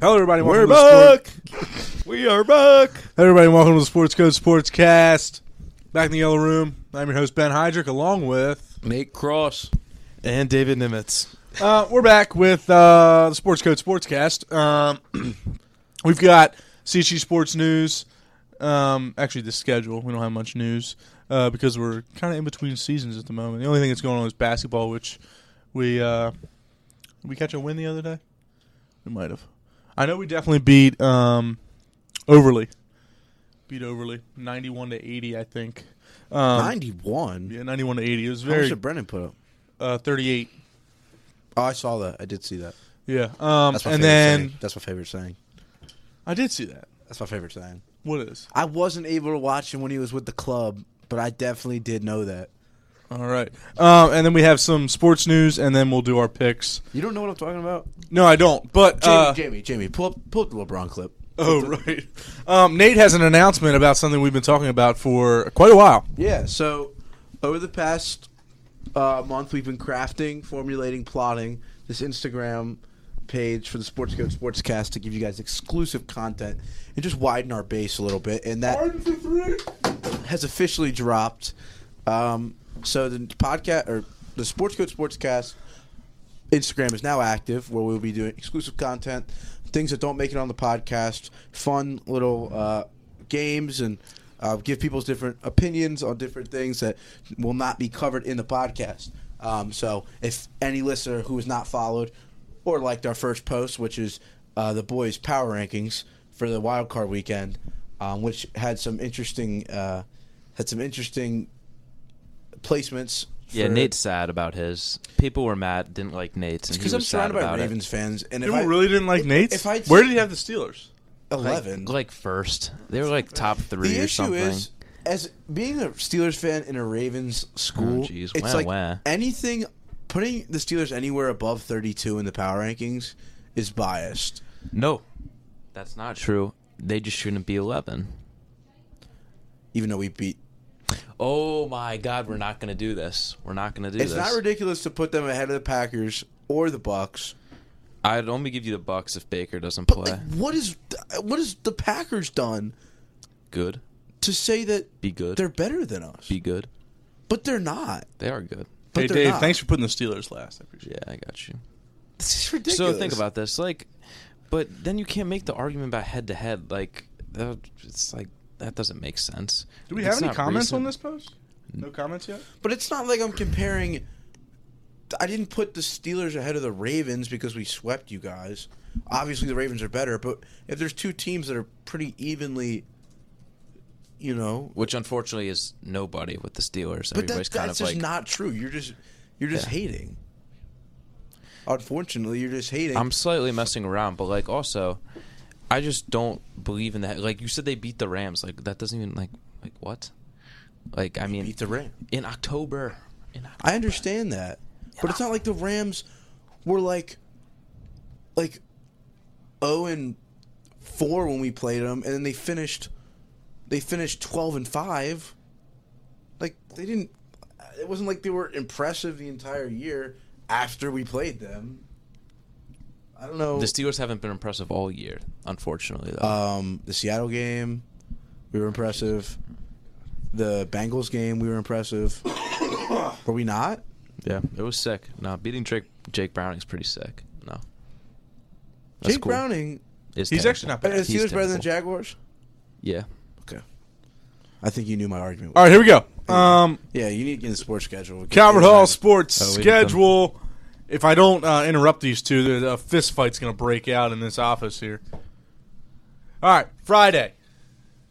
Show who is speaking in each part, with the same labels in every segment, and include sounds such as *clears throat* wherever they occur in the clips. Speaker 1: Hello, everybody. Welcome to
Speaker 2: We're
Speaker 1: the sport-
Speaker 2: back. we are back.
Speaker 1: Everybody, welcome to the Sports Code Sportscast. Back in the yellow room. I'm your host Ben Hydrick, along with
Speaker 3: Nate Cross.
Speaker 2: And David Nimitz.
Speaker 1: uh, we're back with uh, the Sports Code Sportscast. Um, *clears throat* we've got CSU Sports News. Um, actually, the schedule. We don't have much news uh, because we're kind of in between seasons at the moment. The only thing that's going on is basketball, which we uh, did we catch a win the other day. We might have. I know we definitely beat um, Overly. Beat Overly, ninety-one to eighty, I think. Um,
Speaker 2: 91.
Speaker 1: Yeah, ninety-one to eighty. It was
Speaker 2: How much
Speaker 1: very
Speaker 2: did Brennan put up?
Speaker 1: uh, thirty-eight.
Speaker 2: Oh, I saw that. I did see that.
Speaker 1: Yeah. Um,
Speaker 2: That's my
Speaker 1: and
Speaker 2: favorite
Speaker 1: then
Speaker 2: saying. That's my favorite saying.
Speaker 1: I did see that.
Speaker 2: That's my favorite saying.
Speaker 1: What is?
Speaker 2: I wasn't able to watch him when he was with the club, but I definitely did know that.
Speaker 1: All right. Um, and then we have some sports news, and then we'll do our picks.
Speaker 2: You don't know what I'm talking about?
Speaker 1: No, I don't. But
Speaker 2: Jamie,
Speaker 1: uh,
Speaker 2: Jamie, Jamie, pull up, pull up the LeBron clip.
Speaker 1: oh *laughs* right, um, Nate has an announcement about something we've been talking about for quite a while.
Speaker 2: Yeah, so over the past uh, month, we've been crafting, formulating, plotting this Instagram page for the Sports Code Sportscast to give you guys exclusive content and just widen our base a little bit. And that has officially dropped. Um, so the podcast or the Sports Code Sportscast Instagram is now active, where we'll be doing exclusive content, things that don't make it on the podcast, fun little uh, games, and uh, give people's different opinions on different things that will not be covered in the podcast. Um, so, if any listener who has not followed or liked our first post, which is uh, the boys' power rankings for the wild card weekend, um, which had some interesting uh, had some interesting placements.
Speaker 3: Yeah,
Speaker 2: for-
Speaker 3: Nate's sad about his. People were mad, didn't like Nate's, and he
Speaker 2: because
Speaker 3: was
Speaker 2: I'm
Speaker 3: sad
Speaker 2: surrounded by
Speaker 3: about
Speaker 2: Ravens fans, and if
Speaker 1: People
Speaker 2: I,
Speaker 1: really didn't like Nate's.
Speaker 2: if I'd
Speaker 1: Where
Speaker 2: seen-
Speaker 1: did he have the Steelers?
Speaker 3: it. Like-
Speaker 2: eleven.
Speaker 3: Like, first, they were like top three
Speaker 2: the
Speaker 3: or
Speaker 2: issue
Speaker 3: something.
Speaker 2: is, as being a Steelers fan in a Ravens school,
Speaker 3: Oh, jeez.
Speaker 2: it's
Speaker 3: Wah,
Speaker 2: like
Speaker 3: wah.
Speaker 2: anything putting the Steelers anywhere above 32 in the power rankings is biased.
Speaker 3: no, that's not true. They just shouldn't be eleven.
Speaker 2: Even though we beat,
Speaker 3: Oh my God, we're not gonna do this. We're not gonna do
Speaker 2: it's
Speaker 3: this.
Speaker 2: not ridiculous to put them ahead of the Packers or the Bucks.
Speaker 3: I'd only give you the bucks if Baker doesn't
Speaker 2: But
Speaker 3: play.
Speaker 2: like, what is what has the Packers done
Speaker 3: good,
Speaker 2: to say that
Speaker 3: be good,
Speaker 2: they're better than us?
Speaker 3: be good.
Speaker 2: But they're not.
Speaker 3: They are good.
Speaker 2: But
Speaker 1: hey
Speaker 2: they're
Speaker 1: Dave,
Speaker 2: not.
Speaker 1: thanks for putting the Steelers last. I appreciate
Speaker 3: Yeah, I got you.
Speaker 2: This is ridiculous.
Speaker 3: So think about this, like, but then you can't make the argument about head to head. Like, that, it's like that doesn't make sense.
Speaker 1: it. Do we
Speaker 3: It's
Speaker 1: have any
Speaker 3: not
Speaker 1: comments on
Speaker 3: recent.
Speaker 1: this post? No comments yet.
Speaker 2: But it's not like I'm comparing. I didn't put the Steelers ahead of the Ravens because we swept you guys. Obviously, the Ravens are better, but if there's two teams that are pretty evenly, you know,
Speaker 3: which unfortunately is nobody with the Steelers.
Speaker 2: but
Speaker 3: Everybody's
Speaker 2: that,
Speaker 3: kind
Speaker 2: that's
Speaker 3: of
Speaker 2: just
Speaker 3: like,
Speaker 2: not true. You're just you're just
Speaker 3: Yeah.
Speaker 2: hating. Unfortunately, you're just hating.
Speaker 3: I'm slightly messing around, but like also, I just don't believe in that. Like you said, they beat the Rams. Like that doesn't even like like what? Like I mean,
Speaker 2: beat the Rams.
Speaker 3: in October. In Oc-
Speaker 2: I understand that, but it's not like the Rams were like like zero and four when we played them, and then they finished they finished twelve and five. Like they didn't. It wasn't like they were impressive the entire year after we played them. I don't know.
Speaker 3: the Steelers haven't been impressive all year, unfortunately. Though
Speaker 2: um, the Seattle game, we were impressive. The Bengals game, we were
Speaker 3: *coughs*
Speaker 2: impressive. were we not?
Speaker 3: yeah, it was sick. No, beating Jake Jake Browning's pretty sick. No, That's
Speaker 2: Jake
Speaker 3: cool.
Speaker 2: Browning
Speaker 3: It's
Speaker 1: He's
Speaker 3: terrible.
Speaker 1: actually not
Speaker 2: Are
Speaker 1: bad.
Speaker 2: the
Speaker 3: He's
Speaker 2: Steelers better than
Speaker 3: terrible.
Speaker 2: the Jaguars?
Speaker 3: Yeah,
Speaker 2: Okay. I think you knew my argument.
Speaker 1: All right, here we go. Um,
Speaker 2: Yeah, you need to get in the sports schedule.
Speaker 1: Calvert Hall sports
Speaker 3: Oh, we did them.
Speaker 1: schedule. If I don't uh, interrupt these two, the, the fist fight's going to break out in this office here. All right, Friday,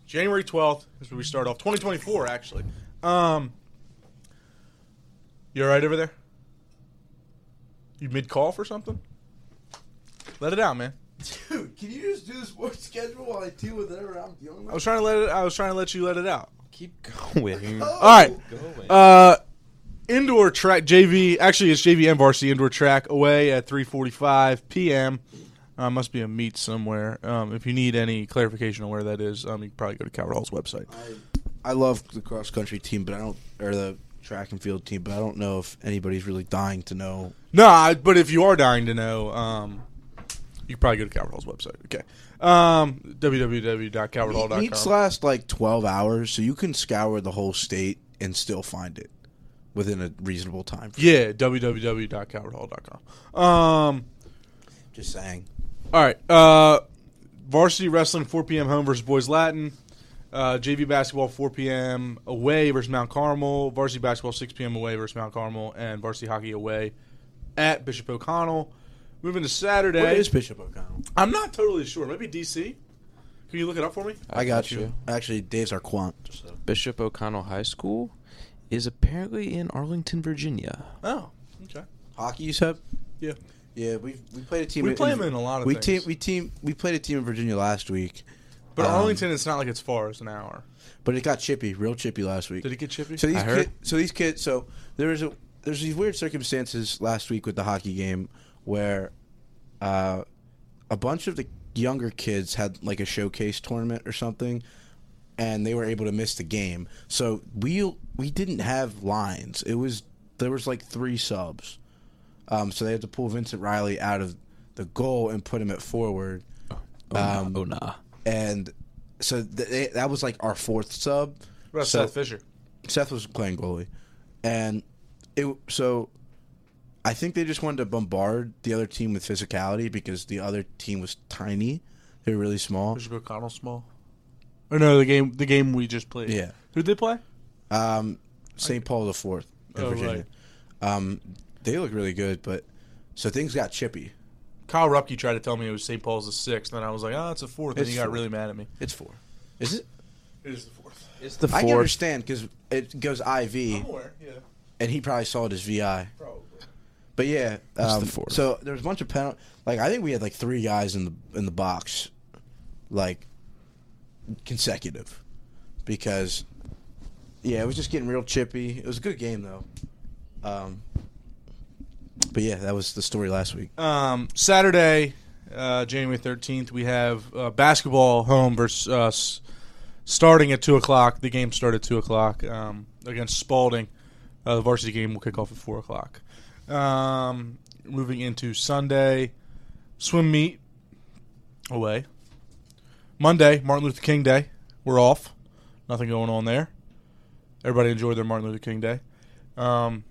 Speaker 1: January twelfth is where we start off. Twenty twenty four, actually. Um, you all right over there? You mid cough or something? Let it out, man.
Speaker 2: Dude, can you just do the sports schedule while I deal with whatever I'm dealing
Speaker 1: I
Speaker 2: with?
Speaker 1: was trying to let it. I was trying to let you let it out.
Speaker 3: keep going.
Speaker 1: All right. Uh, indoor track JV. Actually, it's JV and varsity indoor track away at 3:45 p.m. Uh, must be a meet somewhere. Um, if you need any clarification on where that is, um, you can probably go to Calvert Hall's website.
Speaker 2: I love the cross country team, but I don't, or the track and field team, but I don't know if anybody's really dying to know.
Speaker 1: No, I- but if you are dying to know, um, You can probably go to Calvert Hall's website. Okay. Um, www.calverthall.com.
Speaker 2: Meets last like 12 hours, so you can scour the whole state and still find it within a reasonable time. frame.
Speaker 1: yeah, www.calverthall.com. Um,
Speaker 2: Just saying.
Speaker 1: all right. Uh, varsity wrestling, 4 p.m. home versus Boys Latin. Uh, JV basketball, 4 p.m. away versus Mount Carmel. Varsity basketball, 6 p.m. away versus Mount Carmel. And varsity hockey away at Bishop O'Connell. Moving to Saturday.
Speaker 2: Where is Bishop O'Connell?
Speaker 1: I'm not totally sure. Maybe DC. Can you look it up for me?
Speaker 2: *laughs* I, got you. Actually, Dave's our quant. So.
Speaker 3: Bishop O'Connell High School is apparently in Arlington, Virginia.
Speaker 1: Oh, okay.
Speaker 2: Hockey, you said?
Speaker 1: Yeah.
Speaker 2: Yeah, we we played a team.
Speaker 1: We play 'em in a lot of
Speaker 2: we
Speaker 1: things.
Speaker 2: Team, we team we played a team in Virginia last week,
Speaker 1: But
Speaker 2: Um,
Speaker 1: Arlington, it's not like it's far. It's an hour.
Speaker 2: but it got chippy, real chippy last week.
Speaker 1: Did it get chippy?
Speaker 2: So these
Speaker 3: I heard.
Speaker 2: kids, so these kids, so there's a there's these weird circumstances last week with the hockey game where uh, a bunch of the younger kids had like a showcase tournament or something, and they were able to miss the game. So we we didn't have lines. It was there was like three subs, um, so they had to pull Vincent Riley out of the goal and put him at forward
Speaker 3: Oh,
Speaker 2: Um,
Speaker 3: nah. Oh, nah.
Speaker 2: and so th- they, that was like our fourth sub.
Speaker 1: What about
Speaker 2: So-
Speaker 1: Seth Fisher?
Speaker 2: Seth was playing goalie, and it so I think they just wanted to bombard the other team with physicality because the other team was tiny. They were really small.
Speaker 1: Bishop O'Connell small. Or no, the game the game we just played.
Speaker 2: Yeah.
Speaker 1: Who'd they play?
Speaker 2: Um, St. Paul the Fourth in
Speaker 1: Oh,
Speaker 2: Virginia. Um, they look really good, but so things got chippy.
Speaker 1: Kyle Rupke tried to tell me it was St. Paul's the sixth, and I was like, oh, it's a fourth, and
Speaker 2: It's
Speaker 1: he got
Speaker 2: fourth.
Speaker 1: really mad at me.
Speaker 2: It's four. Is it?
Speaker 1: It is the fourth.
Speaker 3: It's the
Speaker 2: I can understand because it goes IV,
Speaker 1: aware, yeah,
Speaker 2: and he probably saw it as VI.
Speaker 1: probably.
Speaker 2: But yeah,
Speaker 3: It's
Speaker 2: um,
Speaker 3: the fourth.
Speaker 2: So there was a bunch of penalty. Like I think we had like three guys in the in the box, like consecutive, because yeah, it was just getting real chippy. It was a good game though. Um, but yeah, that was the story last week.
Speaker 1: Um, Saturday, uh, January thirteenth, we have uh, basketball home versus uh, s- starting at two o'clock. The game started at two o'clock um, against Spalding. Uh, the varsity game will kick off at four o'clock. Um, moving into Sunday, swim meet away. Monday, Martin Luther King Day. We're off. Nothing going on there. Everybody enjoyed their Martin Luther King Day. Um,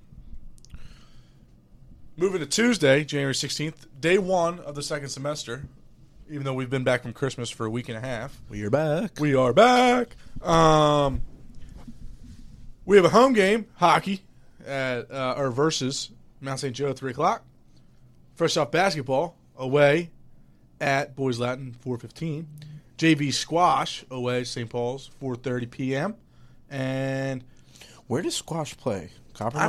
Speaker 1: Moving to Tuesday, January 16th, day one of the second semester. Even though we've been back from Christmas for a week and a half,
Speaker 2: Well, you're back.
Speaker 1: we are back. Um, we have a home game, hockey, at uh, or versus Mount St. Joe, 3 o'clock. Fresh off basketball, away at Boys Latin, 4.15. JV squash, away St. Paul's, 4.30 p.m. And
Speaker 2: Where does squash play? Coppermine.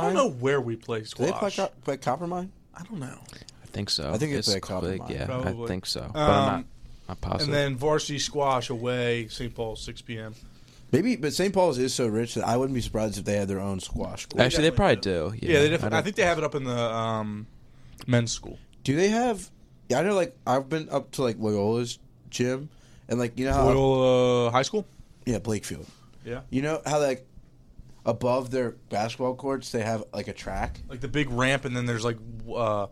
Speaker 1: I don't know where we play
Speaker 2: Do they play,
Speaker 1: squash.
Speaker 2: co- play Coppermine?
Speaker 1: I don't know.
Speaker 3: I think so.
Speaker 2: I think it's
Speaker 3: it's
Speaker 2: a couple
Speaker 3: click,
Speaker 2: mile.
Speaker 3: Yeah,
Speaker 1: Probably.
Speaker 3: I think so. But I'm not,
Speaker 1: Um,
Speaker 3: not positive.
Speaker 1: And then varsity squash away, St. Paul, 6 p.m.
Speaker 2: Maybe, but St. Paul's is so rich that I wouldn't be surprised if they had their own squash. School.
Speaker 3: Actually, they probably do.
Speaker 1: Yeah, they definitely, I,
Speaker 3: don't-
Speaker 1: think they have it up in the um, men's school.
Speaker 2: Do they have? Yeah, I know. Like I've been up to like Loyola's gym, and like you know
Speaker 3: Oh.
Speaker 2: how
Speaker 1: Loyola uh, High School?
Speaker 2: yeah Blakefield.
Speaker 1: Yeah.
Speaker 2: You know how like above their basketball courts they have like a track.
Speaker 1: Like the big ramp, and then there's like. Uh,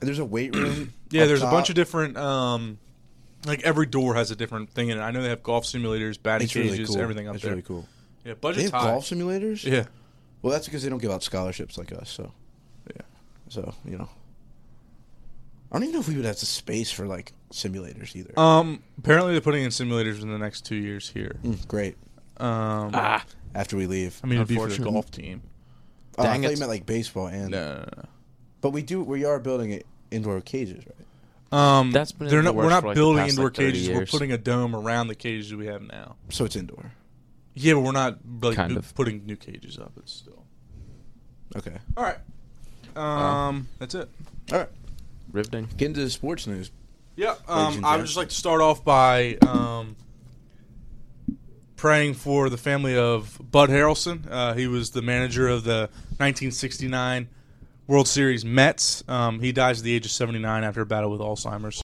Speaker 2: And there's a
Speaker 1: *clears throat*
Speaker 2: weight room.
Speaker 1: yeah,
Speaker 2: up
Speaker 1: there's a
Speaker 2: top.
Speaker 1: bunch of different. Um, like every door has a different thing in it. I know they have golf simulators, batting
Speaker 2: It's
Speaker 1: cages,
Speaker 2: really cool.
Speaker 1: everything up
Speaker 2: it's
Speaker 1: there.
Speaker 2: really cool.
Speaker 1: Yeah,
Speaker 2: They
Speaker 1: budget's
Speaker 2: have
Speaker 1: high.
Speaker 2: golf simulators.
Speaker 1: Yeah.
Speaker 2: Well, that's because they don't give out scholarships like us. So
Speaker 1: Yeah.
Speaker 2: so you know. I don't even know if we would have the space for like simulators either.
Speaker 1: Um. Apparently, they're putting in simulators in the next two years here.
Speaker 2: Mm, great.
Speaker 1: Um.
Speaker 3: Ah,
Speaker 2: After we leave,
Speaker 1: I mean, it'd be for the
Speaker 3: Unfortunate.
Speaker 1: golf team.
Speaker 2: oh, I
Speaker 3: dang
Speaker 2: thought
Speaker 3: it.
Speaker 2: you meant like baseball and.
Speaker 1: No, no,
Speaker 2: But we do. We are building it indoor cages, right?
Speaker 1: no. Um,
Speaker 3: That's been in
Speaker 1: they're
Speaker 3: the
Speaker 1: not. We're
Speaker 3: works
Speaker 1: not
Speaker 3: for, like, the
Speaker 1: building
Speaker 3: past,
Speaker 1: indoor
Speaker 3: like, 30
Speaker 1: cages.
Speaker 3: years.
Speaker 1: We're putting a dome around the cages we have now.
Speaker 2: So it's indoor.
Speaker 1: Yeah, but we're not like
Speaker 3: Kind
Speaker 1: new-
Speaker 3: of.
Speaker 1: putting new cages up. It's still
Speaker 2: Okay.
Speaker 1: all right.
Speaker 2: Uh-huh.
Speaker 1: Um, that's it.
Speaker 2: All right.
Speaker 3: riveting.
Speaker 2: Get into the sports news.
Speaker 1: Yeah.
Speaker 2: Ladies
Speaker 1: Um,
Speaker 2: and
Speaker 1: I would just
Speaker 2: gentlemen.
Speaker 1: like to start off by um, praying for the family of Bud Harrelson. Uh, he was the manager of the 1969 World Series Mets. Um, he dies at the age of 79 after a battle with Alzheimer's.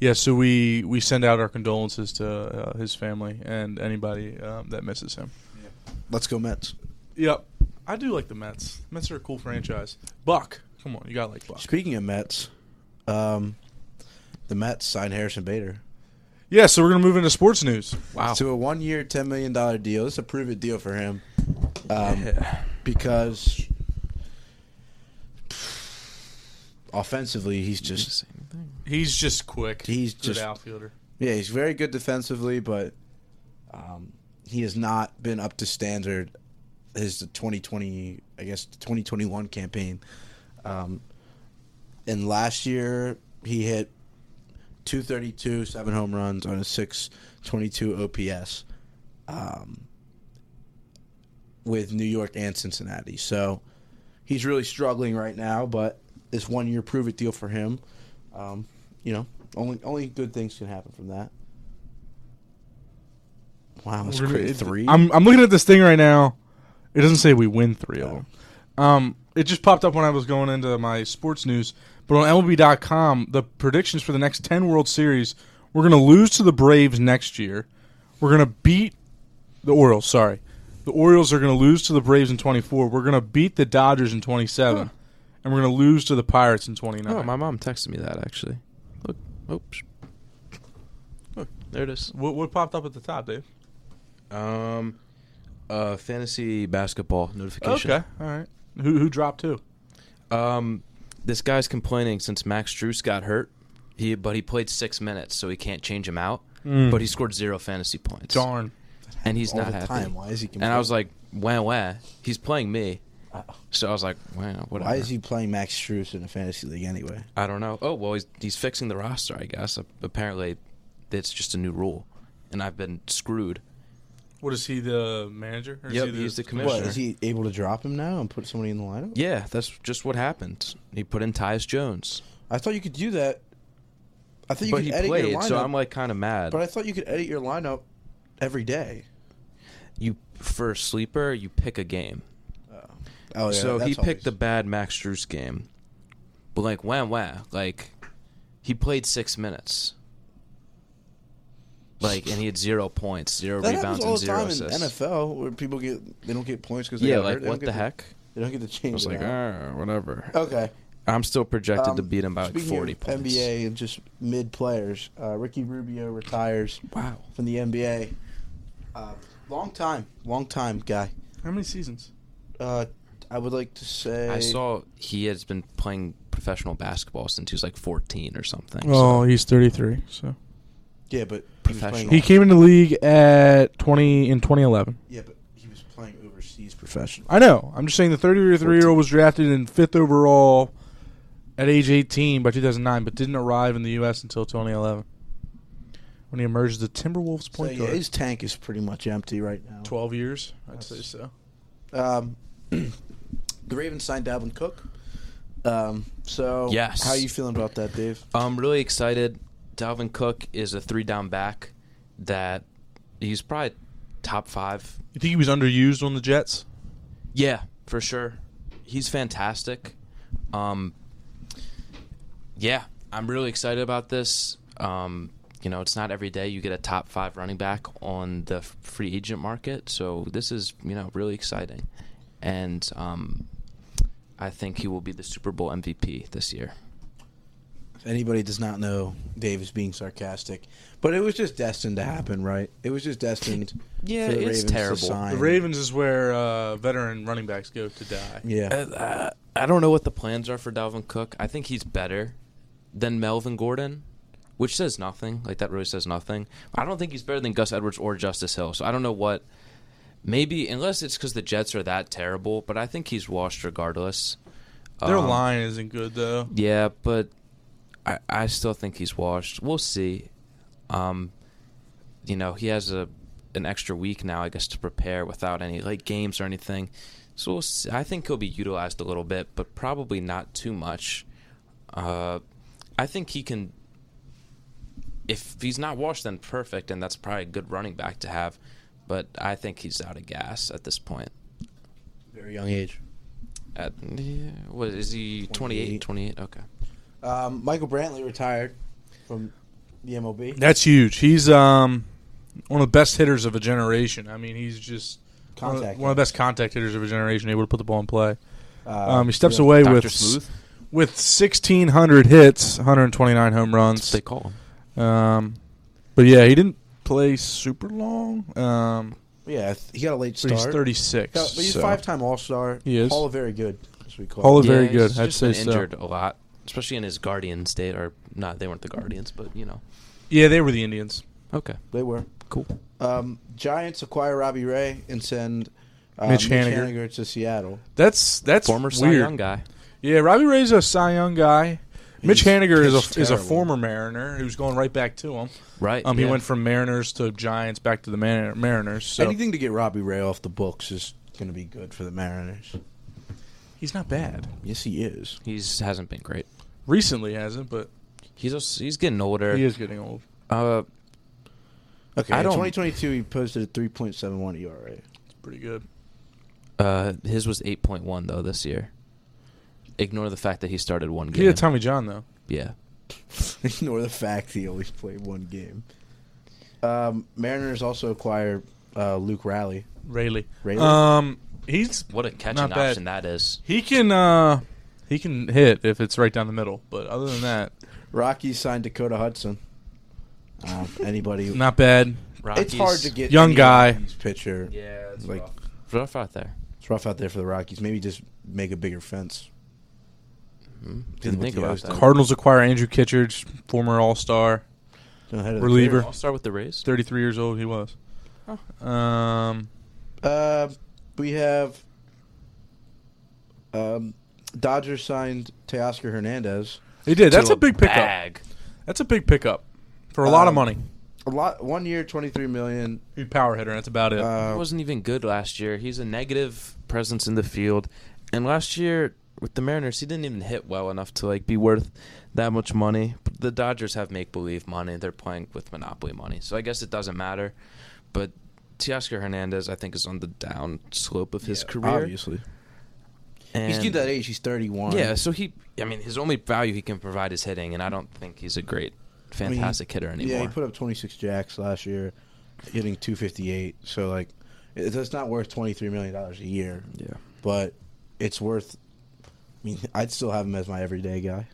Speaker 1: Yeah, so we, we send out our condolences to uh, his family and anybody um, that misses him.
Speaker 2: Let's go Mets.
Speaker 1: Yep. I do like the Mets. Mets are a cool franchise. Buck. Come on, you gotta like Buck.
Speaker 2: Speaking of Mets, um, The Mets signed Harrison Bader
Speaker 1: Yeah, so we're gonna move into sports news.
Speaker 3: Wow.
Speaker 2: to a one-year, ten million dollar deal. This is a prove-it deal for him, um, because offensively he's just
Speaker 1: He's just quick.
Speaker 2: He's
Speaker 1: Good
Speaker 2: just-
Speaker 1: outfielder.
Speaker 2: yeah he's very good defensively, but um, he has not been up to standard. His 2020, I guess, 2021 campaign. Um, and last year he hit 232, seven home runs on a 622 OPS um, with New York and Cincinnati. So he's really struggling right now, but this one year prove it deal for him. Um, you know, only only good things can happen from that. Wow, that's
Speaker 1: We're gonna-
Speaker 2: crazy.
Speaker 1: it-
Speaker 2: Three.
Speaker 1: I'm I'm looking at this thing right now. It doesn't say we win three of them. Um, it just popped up when I was going into my sports news. But on MLB.com, the predictions for the next ten World Series, we're gonna lose to the Braves next year. We're gonna beat the Orioles. Sorry, the Orioles are gonna lose to the Braves in 24. We're gonna beat the Dodgers in 27, and we're gonna lose to the Pirates in 29.
Speaker 3: Oh, my mom texted me that actually. Look, oops. Look, there it is.
Speaker 1: what, what popped up at the top, dude?
Speaker 3: Um, uh, fantasy basketball notification.
Speaker 1: Okay, all right. Who who dropped who?
Speaker 3: Um, this guy's complaining since Max Drews got hurt. He but he played six minutes, so he can't change him out. But he scored zero fantasy points,
Speaker 1: Darn.
Speaker 3: and he's
Speaker 2: all
Speaker 3: not
Speaker 2: the
Speaker 3: happy.
Speaker 2: time. Why is he?
Speaker 3: And I was like, "Wah wah." He's playing me, so I was like, "Wow, whatever."
Speaker 2: Why is he playing Max Struess in a fantasy league anyway?
Speaker 3: I don't know. Oh well, he's he's fixing the roster, I guess. Apparently, it's just a new rule, and I've been screwed.
Speaker 1: What is he the manager? Or
Speaker 3: Yep,
Speaker 1: is he
Speaker 3: he's the
Speaker 2: What is
Speaker 3: commissioner. Sure.
Speaker 2: he able to drop him now and put somebody in the lineup?
Speaker 3: Yeah, that's just what happened. He put in Tyus Jones,
Speaker 2: I thought you could do that. I thought you
Speaker 3: but
Speaker 2: could
Speaker 3: he
Speaker 2: edit your
Speaker 3: played,
Speaker 2: lineup.
Speaker 3: so I'm like kind of mad.
Speaker 2: but I thought you could edit your lineup every day.
Speaker 3: you for a sleeper, you pick a game.
Speaker 2: Oh yeah.
Speaker 3: so he
Speaker 2: that's always-
Speaker 3: picked the bad Max Drews game, but like wah wah, like he played six minutes, like and he had zero points, zero
Speaker 2: that happens
Speaker 3: rebounds,
Speaker 2: all
Speaker 3: and
Speaker 2: the
Speaker 3: zero
Speaker 2: time
Speaker 3: assists.
Speaker 2: in NFL where people get they don't get points because
Speaker 3: yeah,
Speaker 2: got
Speaker 3: like
Speaker 2: hurt. They
Speaker 3: what
Speaker 2: don't
Speaker 3: the
Speaker 2: get to-
Speaker 3: heck?
Speaker 2: They don't get to change.
Speaker 3: I was
Speaker 2: it
Speaker 3: like,
Speaker 2: out.
Speaker 3: ah, whatever.
Speaker 2: okay.
Speaker 3: I'm still projected to
Speaker 2: Um,
Speaker 3: beat him by like
Speaker 2: Speaking
Speaker 3: 40
Speaker 2: of
Speaker 3: points.
Speaker 2: NBA and just mid players, uh, Ricky Rubio retires
Speaker 3: Wow.
Speaker 2: from the NBA. Uh, long time, long time guy.
Speaker 1: How many seasons?
Speaker 2: Uh, I would like to say
Speaker 3: I saw he has been playing professional basketball since he was like 14 or something.
Speaker 1: Oh, he's 33. So
Speaker 2: Yeah, but he was playing.
Speaker 3: Professional.
Speaker 1: he came into the league at 20 in 2011.
Speaker 2: Yeah, but he was playing overseas
Speaker 3: Ah,
Speaker 2: professional.
Speaker 1: I know. I'm just saying the 33 year old was drafted in fifth overall at age 18 by 2009, but didn't arrive in the U.S. until 2011 when he emerged as the Timberwolves
Speaker 2: So
Speaker 1: point
Speaker 2: yeah,
Speaker 1: guard.
Speaker 2: his tank is pretty much empty right now.
Speaker 1: 12 years, I'd
Speaker 2: That's-
Speaker 1: say so.
Speaker 2: Um, *clears throat* the Ravens signed Dalvin Cook. Um, so
Speaker 3: Yes.
Speaker 2: how you feeling about that, Dave?
Speaker 3: I'm really excited. Dalvin Cook is a three down back that he's probably top five.
Speaker 1: You think he was underused on the Jets?
Speaker 3: Yeah, for sure. He's fantastic. Um, yeah, I'm really excited about this. Um, you know, it's not every day you get a top five running back on the f- free agent market, so this is you know really exciting, and um, I think he will be the Super Bowl MVP this year.
Speaker 2: If anybody does not know, Dave is being sarcastic, but it was just destined to happen, right? It was just
Speaker 3: *laughs*
Speaker 2: destined.
Speaker 3: Yeah,
Speaker 2: for the
Speaker 3: it's
Speaker 2: Ravens to
Speaker 3: terrible.
Speaker 2: sign.
Speaker 1: The Ravens is where uh, veteran running backs go to die.
Speaker 2: Yeah,
Speaker 3: Uh, I don't know what the plans are for Dalvin Cook. I think he's better than Melvin Gordon, which says nothing. Like that really says nothing. I don't think he's better than Gus Edwards or Justice Hill. So I don't know what. Maybe unless it's because the Jets are that terrible, but I think he's washed regardless.
Speaker 1: Their
Speaker 3: Um,
Speaker 1: line isn't good though.
Speaker 3: Yeah, but I I still think he's washed. We'll see. Um, you know, he has a an extra week now, I guess, to prepare without any late games or anything. So we'll see. I think he'll be utilized a little bit, but probably not too much. Uh, I think he can. If he's not washed, then perfect, and that's probably a good running back to have. But I think he's out of gas at this point.
Speaker 2: very young age.
Speaker 3: At yeah, what is he? 28,
Speaker 2: 28.
Speaker 3: 28? Okay.
Speaker 2: Um, Michael Brantley retired from the MLB.
Speaker 1: That's huge. He's um one of the best hitters of a generation. I mean, he's just one of,
Speaker 2: Contact.
Speaker 1: one of the best contact hitters of a generation, able to put the ball in play.
Speaker 2: Uh,
Speaker 1: Um, he steps
Speaker 2: yeah.
Speaker 1: away
Speaker 3: Dr.
Speaker 1: with
Speaker 3: Smooth?
Speaker 1: with 1,600 hits, 129 home runs.
Speaker 3: They call him.
Speaker 1: Um, but yeah, he didn't play super long. Um,
Speaker 2: Yeah, th- he got a late
Speaker 1: but
Speaker 2: start.
Speaker 1: he's 36.
Speaker 2: Got- but he's
Speaker 1: so.
Speaker 2: five-time All-Star.
Speaker 1: He is.
Speaker 2: Hall of Very Good, as we call
Speaker 1: Hall
Speaker 2: it.
Speaker 1: of very
Speaker 3: he's
Speaker 1: good, I'd
Speaker 3: just
Speaker 1: say
Speaker 3: been
Speaker 1: so.
Speaker 3: injured a lot, especially in his Guardians state, or not. They weren't the Guardians, but you know.
Speaker 1: Yeah, they were the Indians.
Speaker 3: Okay,
Speaker 2: They were.
Speaker 3: cool.
Speaker 2: Um, Giants acquire Robbie Ray and send uh,
Speaker 1: Mitch
Speaker 2: Mitch,
Speaker 1: Haniger.
Speaker 2: Haniger. to Seattle.
Speaker 1: That's that's
Speaker 3: Former Cy
Speaker 1: weird.
Speaker 3: Young guy.
Speaker 1: Yeah, Robbie Ray's a Cy Young guy. Mitch
Speaker 2: He's
Speaker 1: Haniger is
Speaker 2: pitched
Speaker 1: a is a
Speaker 2: terrible.
Speaker 1: former Mariner who's going right back to him.
Speaker 3: Right.
Speaker 1: Um, he
Speaker 3: yeah.
Speaker 1: went from Mariners to Giants back to the Mar- Mariners. So
Speaker 2: Anything to get Robbie Ray off the books is going to be good for the Mariners.
Speaker 1: he's not bad.
Speaker 2: Yes, he is.
Speaker 3: He's hasn't been great.
Speaker 1: Recently hasn't, but
Speaker 3: He's also, he's getting older.
Speaker 1: he is getting old.
Speaker 3: Uh,
Speaker 2: Okay,
Speaker 3: I
Speaker 2: in
Speaker 3: don't-
Speaker 2: 2022, he posted a 3.71 ERA.
Speaker 1: It's pretty good.
Speaker 3: uh, his was eight point one though this year. Ignore the fact that he started one game.
Speaker 1: He had Tommy John though.
Speaker 3: yeah.
Speaker 2: *laughs* Ignore the fact he only played one game. Um, Mariners also acquire uh, Luke Raleigh.
Speaker 1: Rayleigh.
Speaker 2: Rayleigh?
Speaker 1: Um, he's
Speaker 3: What a catching
Speaker 1: Not bad.
Speaker 3: option that is.
Speaker 1: he can uh he can hit if it's right down the middle, but other than that,
Speaker 2: Rockies signed Dakota Hudson. Uh, *laughs* anybody?
Speaker 1: not bad.
Speaker 2: it's hard to get
Speaker 1: Young
Speaker 2: any
Speaker 1: guy.
Speaker 2: Rockies pitcher.
Speaker 3: Yeah, it's
Speaker 2: Like-
Speaker 3: rough. rough out there.
Speaker 2: It's rough out there for the Rockies. Maybe just make a bigger fence.
Speaker 3: Hmm.
Speaker 2: Didn't
Speaker 3: Didn't
Speaker 2: with
Speaker 3: think
Speaker 2: the
Speaker 3: about
Speaker 2: O's,
Speaker 3: that.
Speaker 2: though.
Speaker 1: Cardinals acquire Andrew Kitchard, former All Star,
Speaker 2: Don't head of the
Speaker 1: Reliever.
Speaker 3: I'll start with the Rays.
Speaker 1: thirty three years old. He was. Um,
Speaker 2: pair. Uh, we have um, Dodgers signed Teoscar Hernandez.
Speaker 1: he did. That's
Speaker 3: To
Speaker 1: a big pickup.
Speaker 3: bag.
Speaker 1: That's a big pickup for a lot of
Speaker 2: Um,
Speaker 1: money.
Speaker 2: A lot, one year, twenty three million.
Speaker 1: He's a power hitter. That's about it.
Speaker 2: Uh,
Speaker 3: He wasn't even good last year. He's a negative presence in the field, and last year with the Mariners, he didn't even hit well enough to like be worth that much money. But the Dodgers have make believe money; they're playing with monopoly money, so I guess it doesn't matter. But Teoscar Hernandez, I think, is on the down slope of his career.
Speaker 2: obviously.
Speaker 3: And
Speaker 2: He's good that age. He's thirty one.
Speaker 3: Yeah, so he. I mean, his only value he can provide is hitting, and I don't think he's a great,
Speaker 2: I mean,
Speaker 3: fantastic hitter anymore.
Speaker 2: Yeah, he put up 26 jacks last year, hitting 258. So like, it- it's not worth 23 million dollars a year,
Speaker 3: yeah.
Speaker 2: but it's worth. I mean, *laughs* I'd still have him as my everyday guy.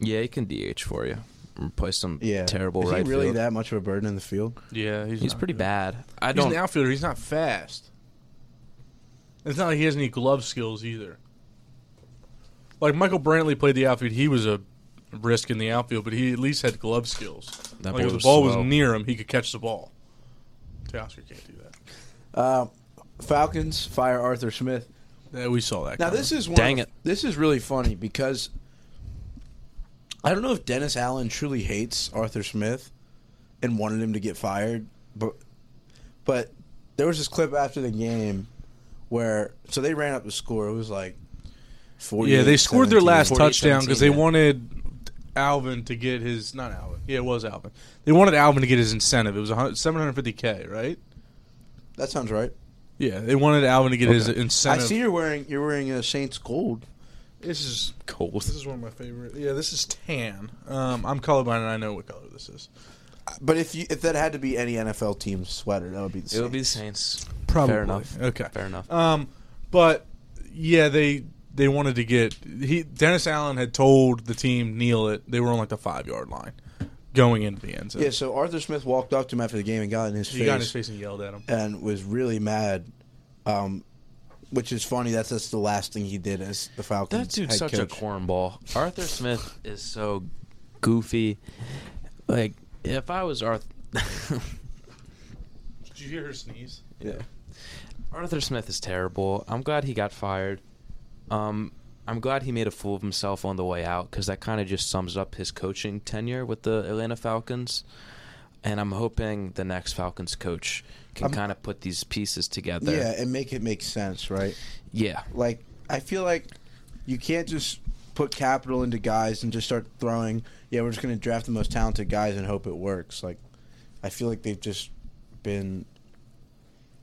Speaker 3: Yeah, he can DH for you. Replace some
Speaker 2: Yeah,
Speaker 3: terrible
Speaker 2: Is
Speaker 3: right
Speaker 2: he really
Speaker 3: field.
Speaker 2: that much of a burden in the field?
Speaker 1: yeah,
Speaker 3: He's
Speaker 1: not
Speaker 3: pretty
Speaker 1: good.
Speaker 3: bad. I
Speaker 1: He's
Speaker 3: don't.
Speaker 1: an outfielder. He's not fast. It's not like he has any glove skills either. Like Michael Brantley played the outfield. He was a risk in the outfield, but he at least had glove skills.
Speaker 3: That
Speaker 1: like
Speaker 3: boy
Speaker 1: if the
Speaker 3: was
Speaker 1: ball
Speaker 3: slow.
Speaker 1: was near him, he could catch the ball. Teoscar can't do that.
Speaker 2: Uh, Falcons fire Arthur Smith.
Speaker 1: Yeah, we saw that.
Speaker 2: Now
Speaker 1: coming.
Speaker 2: this is one
Speaker 3: Dang
Speaker 2: of-
Speaker 3: it.
Speaker 2: This is really funny because I don't know if Dennis Allen truly hates Arthur Smith and wanted him to get fired, but but there was this clip after the game where so they ran up the score. It was like forty.
Speaker 1: yeah, they scored their last
Speaker 3: 48,
Speaker 1: touchdown because they
Speaker 3: 17, yeah.
Speaker 1: wanted Alvin to get his not Alvin. Yeah, it was Alvin. They wanted Alvin to get his incentive. It was seven hundred fifty k, right?
Speaker 2: That sounds right.
Speaker 1: Yeah, they wanted Alvin to get his
Speaker 3: Okay.
Speaker 2: I
Speaker 1: incentive.
Speaker 2: see you're wearing you're wearing a Saints gold.
Speaker 1: This is
Speaker 3: Cold.
Speaker 1: This is one of my favorite. Yeah, this is tan. Um, I'm colorblind and I know what color this is.
Speaker 2: But if you if that had to be any NFL team sweater, that would be the Saints.
Speaker 3: It would be the Saints.
Speaker 1: Probably.
Speaker 3: Fair enough.
Speaker 1: Okay.
Speaker 3: Fair enough.
Speaker 1: Um, but yeah, they they wanted to get he Dennis Allen had told the team kneel it. They were on like the five yard line going into the end zone.
Speaker 2: yeah. So Arthur Smith walked up to him after the game and got in his
Speaker 1: he
Speaker 2: face.
Speaker 1: got in his face and yelled at him.
Speaker 2: and was really mad. Um, which is funny. That's that's the last thing he did as the Falcons.
Speaker 3: that dude's
Speaker 2: head
Speaker 3: such a
Speaker 2: coach.
Speaker 3: cornball. Arthur Smith is so goofy. Like, if I was Arthur.
Speaker 1: Did you hear her sneeze?
Speaker 2: Yeah.
Speaker 3: *laughs* Arthur Smith is terrible. I'm glad he got fired. Um, I'm glad he made a fool of himself on the way out because that kind of just sums up his coaching tenure with the Atlanta Falcons. And I'm hoping the next Falcons coach can
Speaker 2: I'm-
Speaker 3: kind of put these pieces together.
Speaker 2: Yeah, and make it make sense, right?
Speaker 3: Yeah.
Speaker 2: Like I feel like you can't just put capital into guys and just start throwing. Yeah, we're just going to draft the most talented guys and hope it works. Like I feel like they've just been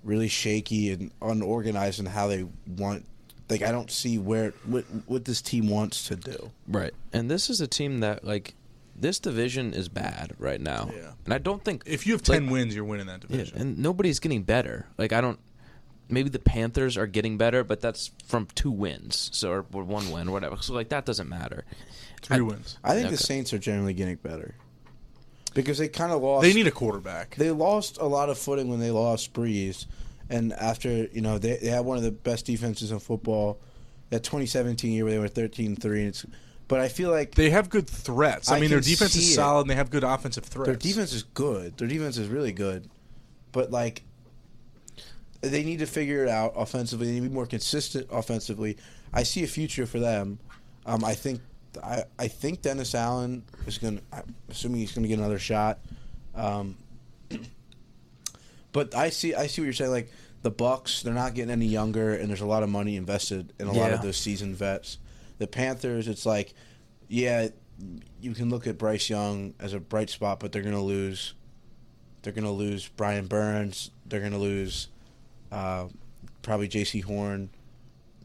Speaker 2: really shaky and unorganized in how they want. Like I don't see where what what this team wants to do.
Speaker 3: Right. And this is a team that like this division is bad right now.
Speaker 1: Yeah.
Speaker 3: And I don't think
Speaker 1: If you have
Speaker 3: Like-
Speaker 1: ten wins, you're winning that
Speaker 3: yeah,
Speaker 1: division.
Speaker 3: and nobody's getting better. Like I don't maybe the Panthers are getting better, but that's from two wins, so or, or one win, or whatever. So like that doesn't matter.
Speaker 1: Three
Speaker 3: I-
Speaker 1: wins.
Speaker 2: I think
Speaker 3: Okay.
Speaker 2: the Saints are generally getting better because they kind of lost.
Speaker 1: They need a quarterback.
Speaker 2: they lost a lot of footing when they lost Breeze, and after you know they, they had one of the best defenses in football. That 2017 year where they were 13-3, and it's, but I feel like
Speaker 1: They have good threats. I,
Speaker 2: I
Speaker 1: mean, their
Speaker 2: can
Speaker 1: defense
Speaker 2: see
Speaker 1: is
Speaker 2: it.
Speaker 1: solid, and they have good offensive threats.
Speaker 2: their defense is good. Their defense is really good, but like they need to figure it out offensively. They need to be more consistent offensively. I see a future for them. Um, I think I, I think Dennis Allen is going to, assuming he's going to get another shot. Um, but I see I see what you're saying. Like the Bucks, they're not getting any younger, and there's a lot of money invested in a lot of
Speaker 3: Yeah.
Speaker 2: those seasoned vets. The Panthers, it's like, yeah, you can look at Bryce Young as a bright spot, but they're going to lose. They're going to lose Brian Burns. They're going to lose uh, probably J.C. Horn.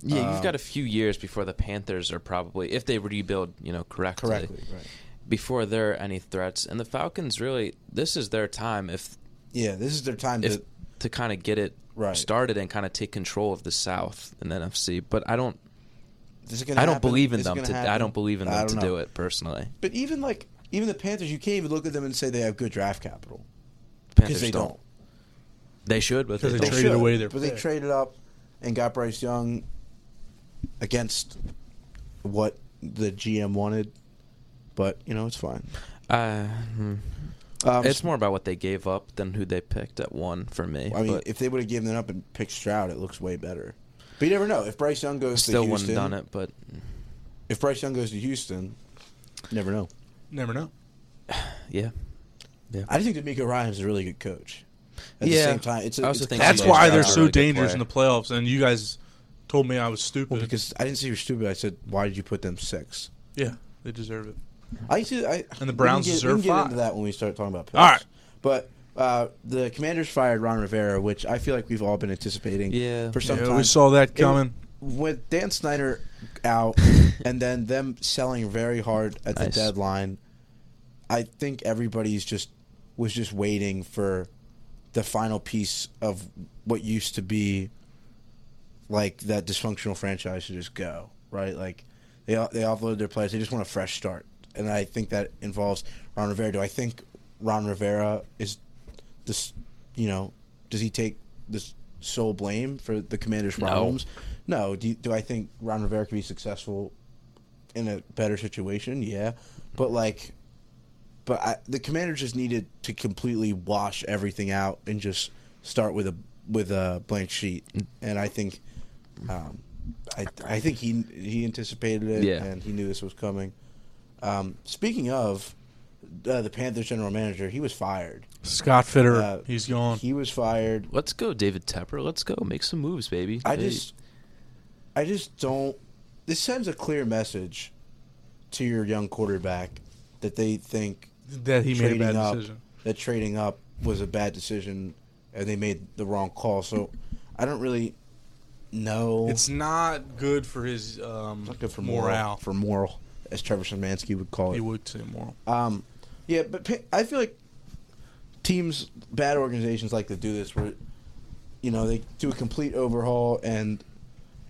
Speaker 3: Yeah,
Speaker 2: Uh,
Speaker 3: you've got a few years before the Panthers are probably if they rebuild, you know, correctly.
Speaker 2: Correctly, right?
Speaker 3: Before there are any threats, and the Falcons really this is their time if
Speaker 2: Yeah, this is their time
Speaker 3: if
Speaker 2: to.
Speaker 3: to kind of get it
Speaker 2: Right.
Speaker 3: started and kind of take control of the South and the NFC. But I don't
Speaker 2: This is gonna
Speaker 3: I don't
Speaker 2: happen.
Speaker 3: believe in
Speaker 2: This is
Speaker 3: them
Speaker 2: gonna
Speaker 3: to I
Speaker 2: happen.
Speaker 3: don't believe in
Speaker 2: I
Speaker 3: them
Speaker 2: don't
Speaker 3: to
Speaker 2: know.
Speaker 3: do it personally.
Speaker 2: But even like even the Panthers, you can't even look at them and say they have good draft capital because
Speaker 3: Panthers
Speaker 2: they don't.
Speaker 3: They should, but
Speaker 1: 'Cause
Speaker 3: they,
Speaker 1: they
Speaker 3: don't.
Speaker 1: traded
Speaker 2: should,
Speaker 1: away their
Speaker 2: but they
Speaker 1: pick.
Speaker 2: traded up and got Bryce Young against what the GM wanted. But you know it's fine.
Speaker 3: Uh, hmm.
Speaker 2: Um,
Speaker 3: it's more about what they gave up than who they picked at one for me.
Speaker 2: I mean,
Speaker 3: but
Speaker 2: if they would have given it up and picked Stroud, it looks way better. But you never know. If Bryce Young goes
Speaker 3: still
Speaker 2: to
Speaker 3: wouldn't
Speaker 2: Houston,
Speaker 3: have done it. But
Speaker 2: if Bryce Young goes to Houston, you never know.
Speaker 1: Never know.
Speaker 3: yeah,
Speaker 2: I think D'Amico Ryan's a really good coach. At the
Speaker 3: Yeah.
Speaker 2: same time, it's a,
Speaker 3: I also
Speaker 2: it's
Speaker 3: think
Speaker 1: That's
Speaker 3: That's
Speaker 1: why
Speaker 3: a
Speaker 1: they're
Speaker 3: really
Speaker 1: so
Speaker 3: good
Speaker 1: dangerous
Speaker 3: player.
Speaker 1: in the playoffs. And you guys told me I was stupid.
Speaker 2: Well, because I didn't say you're stupid. I said, why did you put them six?
Speaker 1: yeah, they deserve it.
Speaker 2: I see. I
Speaker 1: And the Browns
Speaker 2: we can get,
Speaker 1: deserve
Speaker 2: we can get
Speaker 1: five.
Speaker 2: into that when we start talking about picks.
Speaker 1: All right.
Speaker 2: but uh, the Commanders fired Ron Rivera, which I feel like we've all been anticipating.
Speaker 3: Yeah.
Speaker 2: for some
Speaker 1: Yeah,
Speaker 2: time.
Speaker 1: we saw that
Speaker 2: It-
Speaker 1: coming.
Speaker 2: with Dan Snyder out, and then them selling very hard at the
Speaker 3: Nice.
Speaker 2: deadline. I think everybody's just was just waiting for the final piece of what used to be like that dysfunctional franchise to just go right. Like they they offload their players. They just want a fresh start, and I think that involves Ron Rivera. Do I think Ron Rivera is this? You know, does he take this sole blame for the Commanders'
Speaker 3: No.
Speaker 2: problems? No. Do you, do I think Ron Rivera could be successful in a better situation? Yeah, but like. But I, the commander just needed to completely wash everything out and just start with a with a blank sheet, and I think, um, I I think he he anticipated it
Speaker 3: Yeah.
Speaker 2: and he knew this was coming. Um, speaking of uh, the Panthers general manager, he was fired.
Speaker 1: Scott Fitter,
Speaker 2: Uh,
Speaker 1: he's gone.
Speaker 2: He was fired.
Speaker 3: let's go, David Tepper. Let's go make some moves, baby.
Speaker 2: I
Speaker 3: Hey.
Speaker 2: just, I just don't. This sends a clear message to your young quarterback that they think
Speaker 1: that he made a
Speaker 2: trading
Speaker 1: bad
Speaker 2: up,
Speaker 1: decision.
Speaker 2: that trading up was a bad decision, and they made the wrong call. So I don't really know.
Speaker 1: It's not good for his um,
Speaker 2: not good for moral,
Speaker 1: morale.
Speaker 2: for moral, as Trevor Szymanski would call
Speaker 1: He
Speaker 2: it.
Speaker 1: would say moral.
Speaker 2: Um, yeah, but pa- I feel like teams, bad organizations like to do this where, you know, they do a complete overhaul and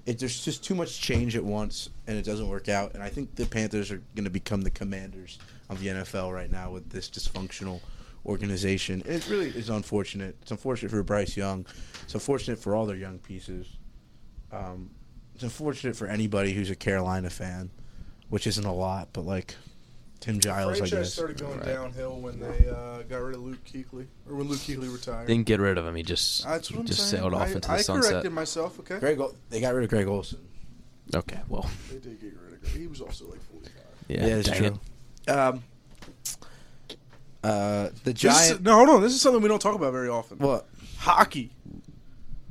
Speaker 2: it, there's just too much change at once and it doesn't work out. And I think the Panthers are going to become the commanders of the NFL right now with this dysfunctional organization. And it really is unfortunate. It's unfortunate for Bryce Young. It's unfortunate for all their young pieces. Um, it's unfortunate for anybody who's a Carolina fan, which isn't a lot, but like Tim Giles, I guess.
Speaker 1: going
Speaker 3: Right.
Speaker 1: downhill when they uh, got rid of Luke Keekley, or when Luke Keekley retired.
Speaker 3: didn't get rid of him. He just just sailed off into the sunset.
Speaker 1: myself. Okay,
Speaker 2: Greg, Ol- they got rid of Greg Olson.
Speaker 3: Okay, well,
Speaker 1: they did get rid of him. He was also like forty-five.
Speaker 3: yeah,
Speaker 2: it's
Speaker 3: dang it.
Speaker 2: Um, uh, the
Speaker 1: This is,
Speaker 2: Giant.
Speaker 1: no, hold on. This is something we don't talk about very often.
Speaker 2: What?
Speaker 1: Hockey.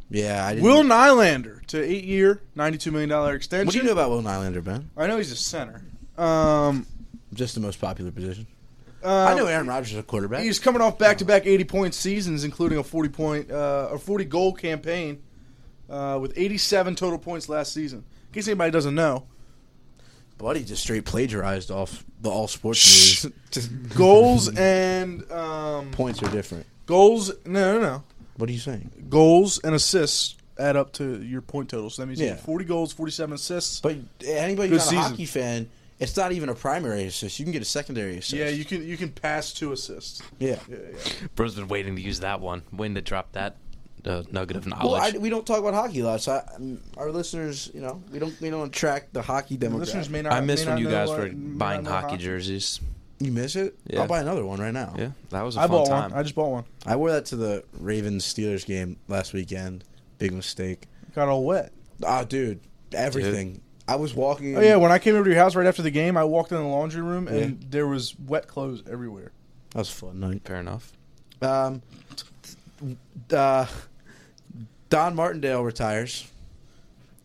Speaker 2: Yeah, I didn't.
Speaker 1: Will Nylander to eight-year, ninety-two million dollar extension.
Speaker 2: what do you know about Will Nylander, Ben?
Speaker 1: I know he's a center. Um,
Speaker 2: Just the most popular position.
Speaker 1: um,
Speaker 2: I know Aaron Rodgers is a quarterback.
Speaker 1: He's coming off back-to-back eighty-point seasons, including a forty-point uh, or forty-goal campaign uh, with eighty-seven total points last season. In case anybody doesn't
Speaker 2: *laughs*
Speaker 1: know,
Speaker 2: Buddy just straight plagiarized off the all sports news.
Speaker 1: goals and um,
Speaker 2: Points are different.
Speaker 1: goals. No, no, no.
Speaker 2: What are you saying?
Speaker 1: Goals and assists add up to your point total. So that means he had
Speaker 2: Yeah.
Speaker 1: 40 goals, 47 assists.
Speaker 2: But anybody
Speaker 1: Good
Speaker 2: who's not
Speaker 1: season.
Speaker 2: a hockey fan, it's not even a primary assist. You can get a secondary assist.
Speaker 1: yeah, you can you can pass two assists.
Speaker 2: yeah.
Speaker 1: Yeah, yeah.
Speaker 3: Bro's been waiting to use that one. Waiting to drop that uh, nugget of knowledge.
Speaker 2: Well, I, we don't talk about hockey a lot, so I, um, our listeners, you know, we don't we don't track the hockey
Speaker 1: The
Speaker 2: demographic.
Speaker 1: listeners may not.
Speaker 3: I miss
Speaker 1: may
Speaker 3: when
Speaker 1: not
Speaker 3: you
Speaker 1: know
Speaker 3: guys
Speaker 1: what-
Speaker 3: were
Speaker 1: may not
Speaker 3: buying
Speaker 1: know
Speaker 3: hockey, jerseys.
Speaker 2: you miss it?
Speaker 3: Yeah.
Speaker 2: I'll buy another one right now.
Speaker 3: Yeah, that was a
Speaker 1: I
Speaker 3: fun
Speaker 1: bought
Speaker 3: time.
Speaker 1: one. I just bought one.
Speaker 2: I wore that to the Ravens Steelers game last weekend. Big mistake.
Speaker 1: Got all wet.
Speaker 2: Ah, dude, everything. I was walking.
Speaker 1: Oh yeah, when I came over to your house right after the game, I walked in the laundry room and there was wet clothes everywhere.
Speaker 2: that was a fun night.
Speaker 3: Fair enough.
Speaker 2: Um, uh, Don Martindale retires.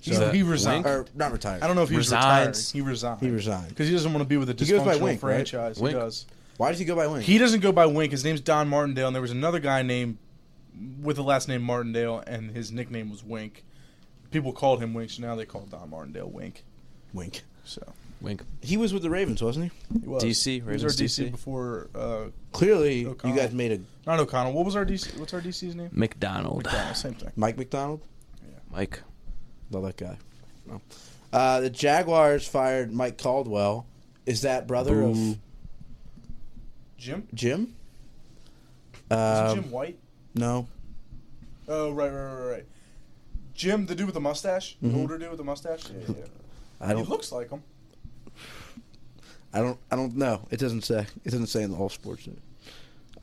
Speaker 1: He,
Speaker 3: So-
Speaker 1: he resigned.
Speaker 2: or not retires.
Speaker 1: I don't know if he
Speaker 3: Resigns.
Speaker 1: was retired. He resigned.
Speaker 2: He resigned.
Speaker 1: because he doesn't want to be with a
Speaker 2: He goes by
Speaker 1: dysfunctional
Speaker 2: Wink, right?
Speaker 1: franchise.
Speaker 3: Wink.
Speaker 1: He does.
Speaker 2: Why does he go by Wayne?
Speaker 1: He doesn't go by Wink. His name's Don Martindale, and there was another guy named with the last name Martindale, and his nickname was Wink. People called him Wink, so now they call Don Martindale Wink.
Speaker 2: Wink.
Speaker 1: So
Speaker 3: Wink.
Speaker 2: He was with the Ravens, wasn't he?
Speaker 1: he was.
Speaker 3: DC,
Speaker 1: He was
Speaker 3: Ravens
Speaker 1: our DC,
Speaker 3: DC.
Speaker 1: before. Uh,
Speaker 2: Clearly,
Speaker 1: O'Connell.
Speaker 2: you guys made a
Speaker 1: not O'Connell. What was our DC? What's our DC's name?
Speaker 3: McDonald.
Speaker 1: McDonald. Same thing.
Speaker 2: Mike McDonald.
Speaker 3: Mike.
Speaker 2: Love that guy. No. Uh, the Jaguars fired Mike Caldwell. Is that brother
Speaker 3: Boo.
Speaker 2: of
Speaker 1: Jim.
Speaker 2: Jim?
Speaker 1: Is it
Speaker 2: Um,
Speaker 1: Jim White?
Speaker 2: No.
Speaker 1: Oh right, right, right, right. Jim, the dude with the mustache, the older dude with the mustache. Yeah, yeah,
Speaker 2: I
Speaker 1: yeah. he
Speaker 2: don't.
Speaker 1: looks like him.
Speaker 2: I don't. I don't know. It doesn't say. It doesn't say in the whole sports. News.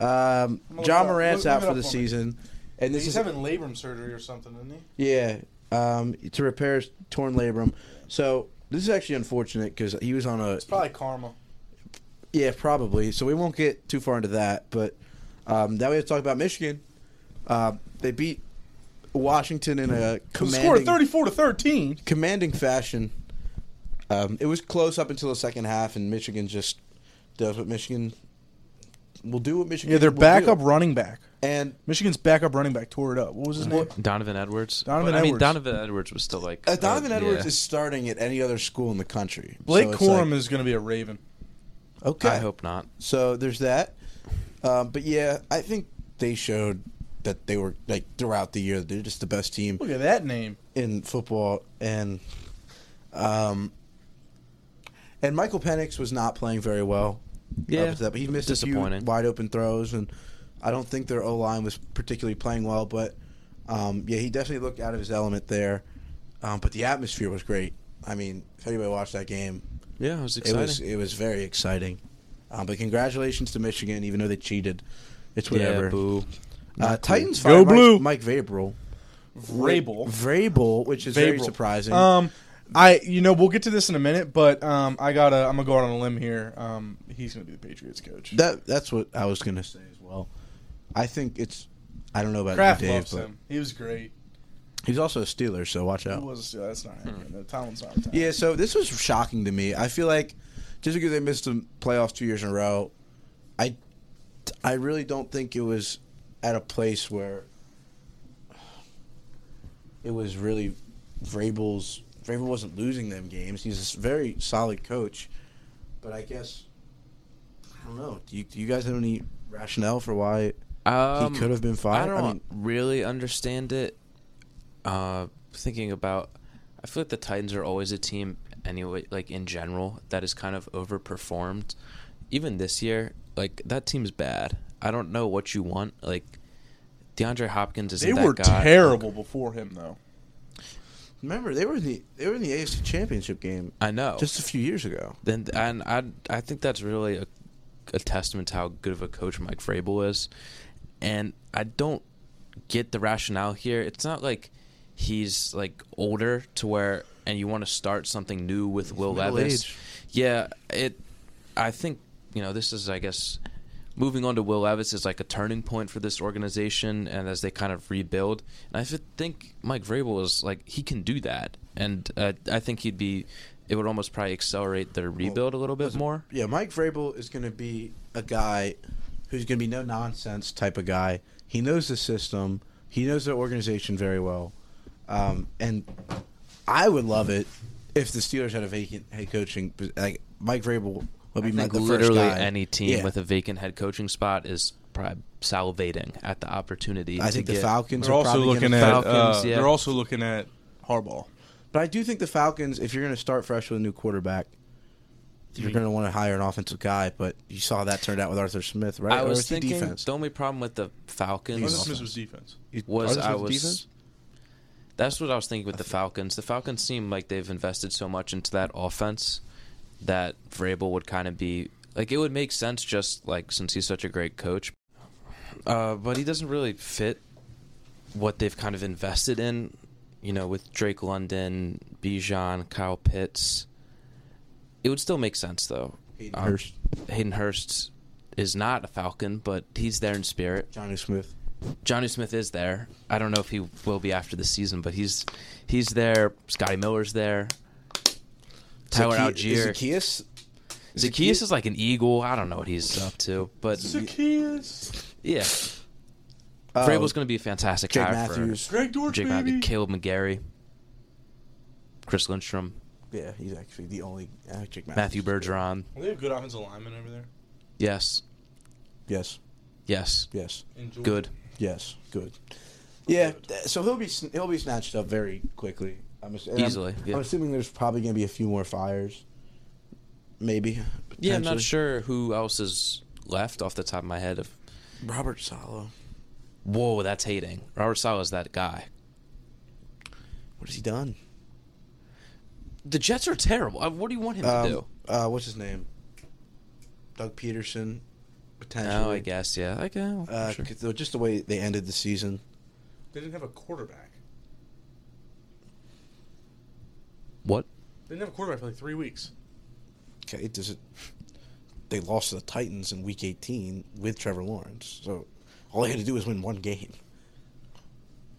Speaker 2: Um,
Speaker 1: gonna look it
Speaker 2: John
Speaker 1: up. Look-
Speaker 2: Morant's
Speaker 1: look
Speaker 2: out
Speaker 1: it
Speaker 2: for
Speaker 1: up
Speaker 2: the
Speaker 1: for me.
Speaker 2: season, and this
Speaker 1: He's
Speaker 2: is
Speaker 1: having labrum surgery or something, isn't he?
Speaker 2: yeah um, to repair his torn labrum. So this is actually unfortunate because he was on a
Speaker 1: It's probably karma.
Speaker 2: yeah probably. So we won't get too far into that, but um, now we have to talk about Michigan. Uh, they beat Washington in a
Speaker 1: The score
Speaker 2: commanding,
Speaker 1: of thirty-four to thirteen.
Speaker 2: commanding fashion. Um, it was close up until the second half, and Michigan just does what Michigan will do. What Michigan
Speaker 1: Yeah, their
Speaker 2: will
Speaker 1: backup
Speaker 2: do.
Speaker 1: running back.
Speaker 2: and
Speaker 1: Michigan's backup running back tore it up. What was his name?
Speaker 3: Donovan Edwards.
Speaker 1: Donovan
Speaker 3: I mean,
Speaker 1: Edwards.
Speaker 3: Donovan Edwards was still like.
Speaker 2: Uh, Donovan
Speaker 3: uh,
Speaker 2: Edwards
Speaker 3: yeah.
Speaker 2: is starting at any other school in the country.
Speaker 1: Blake
Speaker 2: So it's
Speaker 1: Corum
Speaker 2: like-
Speaker 1: is going to be a Raven.
Speaker 2: okay.
Speaker 3: I hope not.
Speaker 2: so. There's that. Um, but yeah, I think they showed that they were like throughout the year they're just the best team
Speaker 1: Look at that name.
Speaker 2: in football, and um, and Michael Penix was not playing very well. up
Speaker 3: Yeah.
Speaker 2: to that, but he missed a few
Speaker 3: Disappointing.
Speaker 2: wide open throws, and I don't think their O line was particularly playing well. But um, yeah, he definitely looked out of his element there. Um, but the atmosphere was great. I mean, if anybody watched that game,
Speaker 3: Yeah, it was
Speaker 2: it
Speaker 3: exciting.
Speaker 2: was it was very exciting. Um, but congratulations to Michigan, even though they cheated. It's
Speaker 3: Yeah,
Speaker 2: whatever.
Speaker 3: boo.
Speaker 2: uh, Titans
Speaker 1: cool. Go
Speaker 2: fired Mike,
Speaker 1: blue.
Speaker 2: Mike Vrabel.
Speaker 1: Vrabel.
Speaker 2: Vrabel, which is very
Speaker 1: Vrabel.
Speaker 2: surprising.
Speaker 1: Um, I you know we'll get to this in a minute, but um, I gotta I'm gonna go out on a limb here. Um, he's going to be the Patriots coach.
Speaker 2: that that's what I was gonna say as well. I think it's. I don't know about
Speaker 1: Kraft
Speaker 2: you, Dave,
Speaker 1: loves
Speaker 2: but
Speaker 1: him. He was great.
Speaker 2: he's also a Steeler, so watch
Speaker 1: He
Speaker 2: out.
Speaker 1: was. yeah, that's not happening. No, Tomlin's not. retiring.
Speaker 2: Oh. Yeah, so this was shocking to me. I feel like just because they missed the playoffs two years in a row, I, I really don't think it was at a place where it was really Vrabel's. Vrabel wasn't losing them games. He's a very solid coach, but I guess I don't know. Do you, do you guys have any rationale for why
Speaker 3: Um,
Speaker 2: he could have been fired?
Speaker 3: I don't
Speaker 2: mean,
Speaker 3: really understand it. Uh, thinking about, I feel like the Titans are always a team anyway, like in general, that is kind of overperformed. Even this year, like that team's bad. I don't know what you want. Like DeAndre Hopkins is
Speaker 1: They
Speaker 3: that
Speaker 1: were
Speaker 3: guy.
Speaker 1: terrible before him, though.
Speaker 2: remember they were in the they were in the AFC Championship game
Speaker 3: I know.
Speaker 2: just a few years ago.
Speaker 3: Then and I I think that's really a, a testament to how good of a coach Mike Vrabel is, and I don't get the rationale here. It's not like he's like older to where and you want to start something new with Will
Speaker 2: middle
Speaker 3: Levis.
Speaker 2: age.
Speaker 3: Yeah, it. I think you know this is I guess moving on to Will Levis is like a turning point for this organization, and as they kind of rebuild, and I fi- think Mike Vrabel is like he can do that, and uh, I think he'd be. It would almost probably accelerate their rebuild a little bit more.
Speaker 2: Yeah, Mike Vrabel is going to be a guy who's going to be no nonsense type of guy. He knows the system. He knows the organization very well. Um, and I would love it if the Steelers had a vacant head coaching. Like Mike Vrabel would be
Speaker 3: I think
Speaker 2: the
Speaker 3: literally
Speaker 2: first guy.
Speaker 3: any team
Speaker 2: Yeah.
Speaker 3: with a vacant head coaching spot is probably salivating at the opportunity.
Speaker 2: I
Speaker 3: to
Speaker 2: think the
Speaker 3: get-
Speaker 2: Falcons
Speaker 1: They're
Speaker 2: are
Speaker 1: also
Speaker 2: probably
Speaker 1: looking
Speaker 2: gonna
Speaker 1: at
Speaker 2: Fal-
Speaker 1: uh,
Speaker 3: Falcons, yeah.
Speaker 1: they're also looking at Harbaugh.
Speaker 2: But I do think the Falcons, if you're going to start fresh with a new quarterback, you're going to want to hire an offensive guy. But you saw that turned out with Arthur Smith, right?
Speaker 3: I
Speaker 2: Or
Speaker 3: was
Speaker 2: it's the
Speaker 3: thinking
Speaker 2: defense.
Speaker 3: the only problem with the
Speaker 1: Arthur
Speaker 3: Falcons
Speaker 2: He's
Speaker 1: Smith
Speaker 2: awesome.
Speaker 1: was defense.
Speaker 3: was
Speaker 2: Arthur
Speaker 3: I
Speaker 2: Smith's
Speaker 3: was.
Speaker 2: defense?
Speaker 3: That's what I was thinking with the Falcons. The Falcons seem like they've invested so much into that offense that Vrabel would kind of be like it would make sense just like since he's such a great coach, uh, but he doesn't really fit what they've kind of invested in. You know, with Drake London, Bijan, Kyle Pitts, it would still make sense though.
Speaker 2: Hayden
Speaker 3: Um,
Speaker 2: Hurst.
Speaker 3: Hayden Hurst is not a Falcon, but he's there in spirit.
Speaker 2: Johnny Smith.
Speaker 3: Johnny Smith is there. I don't know if he will be after the season, but he's he's there. Scotty Miller's there. Tyler
Speaker 2: Zacchae-
Speaker 3: Algier. Zacchaeus,
Speaker 2: Zacchaeus.
Speaker 3: is like an eagle. I don't know what he's up to, but
Speaker 1: Zacchaeus,
Speaker 3: yeah,
Speaker 2: Uh,
Speaker 3: Vrabel's going to be a fantastic
Speaker 2: Jake
Speaker 3: hire
Speaker 2: Matthews.
Speaker 1: Greg
Speaker 3: for
Speaker 1: Dortch,
Speaker 3: Jake
Speaker 1: baby.
Speaker 3: Matthews, Caleb McGarry, Chris Lindstrom,
Speaker 2: Yeah, he's actually the only uh, Jake Matthews.
Speaker 3: Matthew Bergeron.
Speaker 1: They have good offensive linemen over there.
Speaker 3: Yes,
Speaker 2: Yes,
Speaker 3: yes,
Speaker 2: yes,
Speaker 1: Enjoy.
Speaker 3: good.
Speaker 2: yes. Good. Yeah. th- So he'll be sn- he'll be snatched up very quickly. I'm ass- and I'm-
Speaker 3: Easily, yeah.
Speaker 2: I'm assuming there's probably going to be a few more fires. Maybe.
Speaker 3: Yeah, I'm not
Speaker 2: potentially.
Speaker 3: sure who else is left off the top of my head. Of
Speaker 2: Robert Sala.
Speaker 3: whoa, that's hating. Robert Sala's that guy.
Speaker 2: What has he done?
Speaker 3: The Jets are terrible. Uh, What do you want him to do?
Speaker 2: Um, uh, what's his name? Doug Peterson, potentially.
Speaker 3: Oh, I guess yeah. Okay, well,
Speaker 2: Uh,
Speaker 3: sure.
Speaker 2: 'cause the- Just the way they ended the season.
Speaker 1: They didn't have a quarterback.
Speaker 3: What?
Speaker 1: They didn't have a quarterback for like three weeks.
Speaker 2: Okay, it doesn't. They lost to the Titans in Week 18 with Trevor Lawrence, so all they had to do was win one game.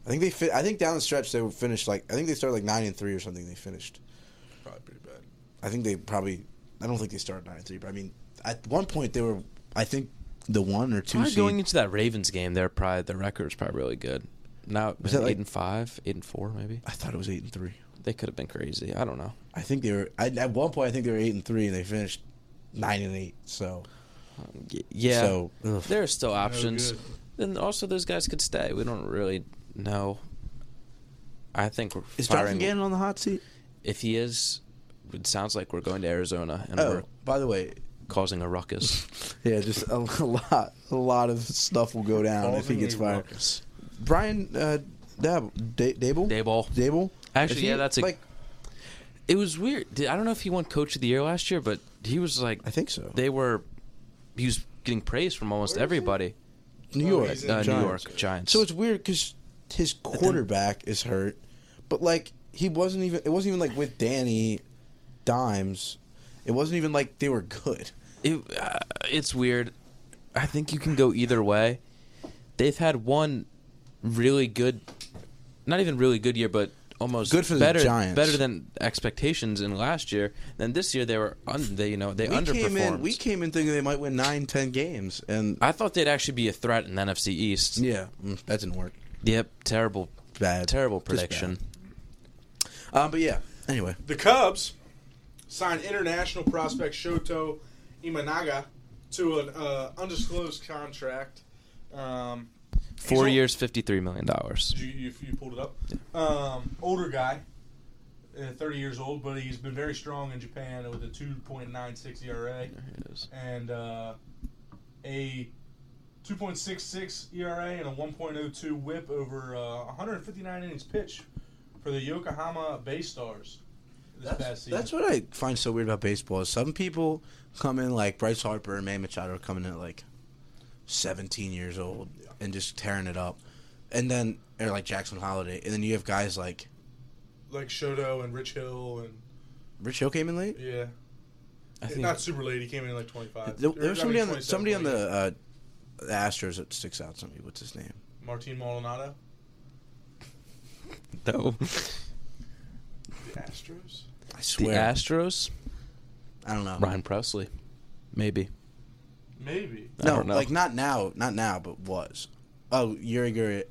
Speaker 2: I think they. Fi- I think down the stretch they were finished like. I think they started like nine and three or something. They finished.
Speaker 1: Probably pretty bad.
Speaker 2: I think they probably. I don't think they started nine and three, but I mean, at one point they were. I think the one or two
Speaker 3: Probably
Speaker 2: seed.
Speaker 3: going into that Ravens game, they're probably the record is probably really good. Now
Speaker 2: Was
Speaker 3: was
Speaker 2: that
Speaker 3: eight
Speaker 2: like-
Speaker 3: and five, eight and four, maybe
Speaker 2: I thought it was eight and three.
Speaker 3: they could have been crazy. I don't know.
Speaker 2: I think they were I, at one point. I think they were eight and three, and they finished nine and eight. So
Speaker 3: Y- yeah,
Speaker 2: So, ugh.
Speaker 3: there are still options.
Speaker 1: good.
Speaker 3: And also, those guys could stay. We don't really know. I think we're
Speaker 2: is Jonathan
Speaker 3: firing.
Speaker 2: Gannon on the hot seat?
Speaker 3: If he is, it sounds like we're going to Arizona and
Speaker 2: Oh,
Speaker 3: we're
Speaker 2: by the way,
Speaker 3: causing a ruckus.
Speaker 2: yeah, just a, *laughs* lot, a lot of stuff will go down if he gets fired. Brian uh, Dab, da- Dable,
Speaker 3: Dayball.
Speaker 2: Dable.
Speaker 3: Actually,
Speaker 2: Is he-
Speaker 3: yeah, that's a-
Speaker 2: like
Speaker 3: It was weird. Did- I don't know if he won Coach of the Year last year, but he was like,
Speaker 2: I think so.
Speaker 3: they were. He was getting praise from almost everybody.
Speaker 2: New
Speaker 1: Oh,
Speaker 2: York,
Speaker 1: he's in
Speaker 3: Uh, New
Speaker 2: Giants.
Speaker 3: York Giants.
Speaker 2: So it's weird because his quarterback is hurt, but like he wasn't even. It wasn't even like with Danny Dimes. It wasn't even like they were good.
Speaker 3: It, uh, it's weird. I think you can go either way. They've had one really good, not even really good year, but almost
Speaker 2: Good for the
Speaker 3: better,
Speaker 2: Giants.
Speaker 3: better than expectations in last year. Then this year they were, un, they you know they
Speaker 2: we
Speaker 3: underperformed.
Speaker 2: came in we came in thinking they might win nine ten games and
Speaker 3: I thought they'd actually be a threat in the NFC East.
Speaker 2: yeah mm, that didn't work
Speaker 3: Yep, terrible,
Speaker 2: bad
Speaker 3: terrible
Speaker 2: Just
Speaker 3: prediction.
Speaker 2: bad. um but yeah anyway
Speaker 1: The Cubs signed international prospect Shoto Imanaga to an uh, undisclosed contract. Um,
Speaker 3: Four
Speaker 1: he's al-
Speaker 3: years, fifty-three million dollars.
Speaker 1: You, you, you pulled it up. Um, older guy, uh, 30 years old, but he's been very strong in Japan with a 2.96 ERA E and uh, a 2.66 ERA and E a 1.02 WHIP over uh, 159 innings pitch for the Yokohama Bay Stars this past
Speaker 2: that's,
Speaker 1: season.
Speaker 2: that's what I find so weird about baseball is some people come in like Bryce Harper and Manny Machado are coming in at like 17 years old and just tearing it up and then or like Jackson Holiday and then you have guys like
Speaker 1: like Shoto and Rich Hill and
Speaker 2: Rich Hill came in late
Speaker 1: yeah,
Speaker 3: I think
Speaker 1: not super late. He came in like 25.
Speaker 2: there,
Speaker 1: Or,
Speaker 2: there was
Speaker 1: I mean,
Speaker 2: somebody on the
Speaker 1: 27,
Speaker 2: somebody on
Speaker 1: 28.
Speaker 2: the uh, the Astros that sticks out to me what's his name
Speaker 1: Martin Maldonado,
Speaker 3: no.
Speaker 2: *laughs*
Speaker 1: the Astros.
Speaker 2: I
Speaker 3: The
Speaker 2: swear
Speaker 3: Astros,
Speaker 2: I don't know
Speaker 3: Ryan Presley, maybe.
Speaker 1: Maybe
Speaker 3: I
Speaker 2: No,
Speaker 3: don't know.
Speaker 2: like not now, not now, but was. Oh, Yuri Gurriel.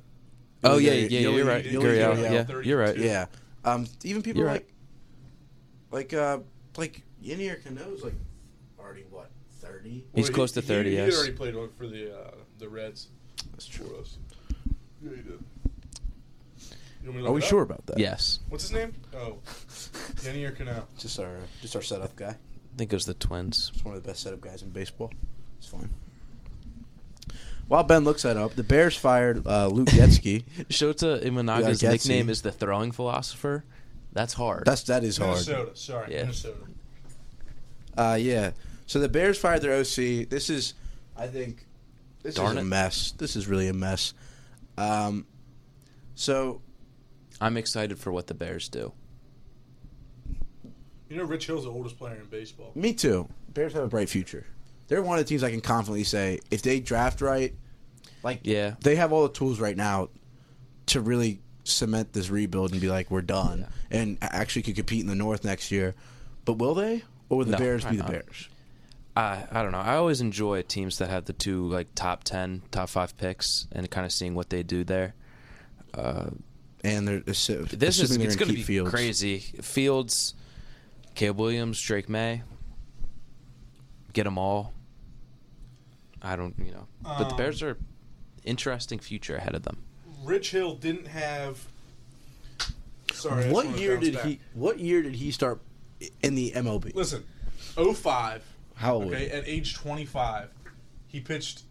Speaker 3: Oh
Speaker 2: Yuri
Speaker 3: yeah,
Speaker 2: Gurriel-
Speaker 3: yeah,
Speaker 2: Yuri
Speaker 3: you're right.
Speaker 2: Gurriel,
Speaker 1: Yuri
Speaker 3: Gurriel,
Speaker 1: Gurriel,
Speaker 3: yeah,
Speaker 1: thirty-two.
Speaker 3: you're right.
Speaker 1: Yeah.
Speaker 2: Yeah. Um, even people
Speaker 3: You're
Speaker 2: like,
Speaker 3: right.
Speaker 2: like, uh, like Yenny or Cano's like already what thirty.
Speaker 3: He's
Speaker 1: Well,
Speaker 3: close to
Speaker 1: he-
Speaker 3: 30,
Speaker 1: He, he
Speaker 3: yes.
Speaker 1: already played on- for the uh, the Reds. That's true. us. Yeah, he did. You want me to
Speaker 2: Are
Speaker 1: look
Speaker 2: we
Speaker 1: it up?
Speaker 2: sure about that?
Speaker 3: Yes,
Speaker 1: What's his name? Oh, Denny or Canal.
Speaker 2: *laughs* Just our just our setup guy.
Speaker 3: I think it was the Twins.
Speaker 2: He's one of the best setup guys in baseball. It's fine. While Ben looks that up, the Bears fired uh, Luke Getzky.
Speaker 3: *laughs* Shota Imanaga's
Speaker 2: Yeah, I guess
Speaker 3: nickname
Speaker 2: he-
Speaker 3: is the throwing philosopher. That's hard.
Speaker 2: That's that is hard.
Speaker 1: Minnesota. Sorry,
Speaker 3: Yeah.
Speaker 1: Minnesota.
Speaker 2: Uh, yeah. So the Bears fired their OC. This is, I think, this
Speaker 3: Darn
Speaker 2: is
Speaker 3: it.
Speaker 2: a mess. This is really a mess. Um, so
Speaker 3: I'm excited for what the Bears do.
Speaker 1: You know, Rich Hill's the oldest player in baseball.
Speaker 2: me too. Bears have a bright future. They're one of the teams I can confidently say if they draft right, like
Speaker 3: Yeah.
Speaker 2: they have all the tools right now to really cement this rebuild and be like we're done and a- actually could compete in the North next year. But will they? Or will the
Speaker 3: No,
Speaker 2: Bears be
Speaker 3: probably
Speaker 2: the
Speaker 3: not.
Speaker 2: Bears?
Speaker 3: I I don't know. I always enjoy teams that have the two like top ten, top five picks, and kind of seeing what they do there. Uh,
Speaker 2: And they're assu-
Speaker 3: this is
Speaker 2: assuming they're
Speaker 3: it's
Speaker 2: gonna
Speaker 3: going to be
Speaker 2: keep Fields.
Speaker 3: crazy. Fields, Caleb Williams, Drake May, get them all. I don't, you know, but the
Speaker 1: Um,
Speaker 3: Bears are interesting future ahead of them.
Speaker 1: Rich Hill didn't have. Sorry. I just
Speaker 2: What
Speaker 1: wanna
Speaker 2: year
Speaker 1: bounce
Speaker 2: did
Speaker 1: back.
Speaker 2: he? What year did he start in the MLB?
Speaker 1: Listen, 05.
Speaker 2: How old?
Speaker 1: Okay, at age 25, he pitched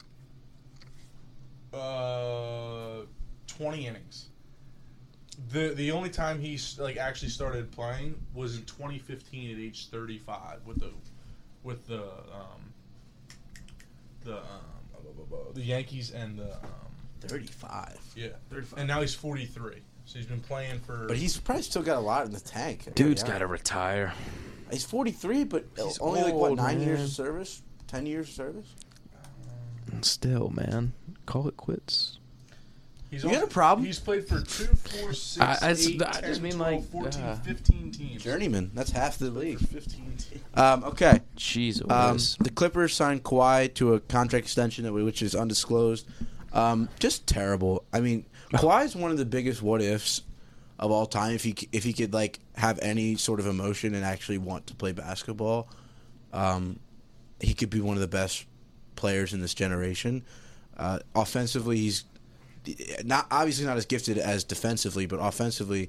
Speaker 1: uh 20 innings. The the only time he s- like actually started playing was in 2015 at age 35 with the with the um the um the Yankees and the um
Speaker 2: Thirty-five.
Speaker 1: yeah. 35. And now he's 43. So he's been playing for
Speaker 2: But he's probably still got a lot in the tank.
Speaker 3: Dude's
Speaker 2: Yeah.
Speaker 3: got to retire.
Speaker 2: He's forty-three, but he's
Speaker 3: He's
Speaker 2: only like what
Speaker 3: old,
Speaker 2: nine years
Speaker 3: man.
Speaker 2: of service, ten years of service.
Speaker 3: Still, man, call it quits.
Speaker 1: He's
Speaker 2: You got
Speaker 1: also-
Speaker 2: a problem?
Speaker 1: He's played for two, four, six,
Speaker 3: I- I s-
Speaker 1: eight,
Speaker 3: I
Speaker 1: 10,
Speaker 3: just mean,
Speaker 1: 12,
Speaker 3: like,
Speaker 1: 14,
Speaker 3: uh,
Speaker 1: 15 teams.
Speaker 2: Journeyman. That's half the league.
Speaker 1: 15 teams.
Speaker 2: Um, okay.
Speaker 3: Jeez,
Speaker 2: Um,
Speaker 3: Louise.
Speaker 2: the Clippers signed Kawhi to a contract extension that we- which is undisclosed. Um, just terrible. I mean, Kawhi is one of the biggest what ifs of all time. If he c- if he could like have any sort of emotion and actually want to play basketball, um, he could be one of the best players in this generation. Uh, offensively, he's not obviously not as gifted as defensively, but offensively,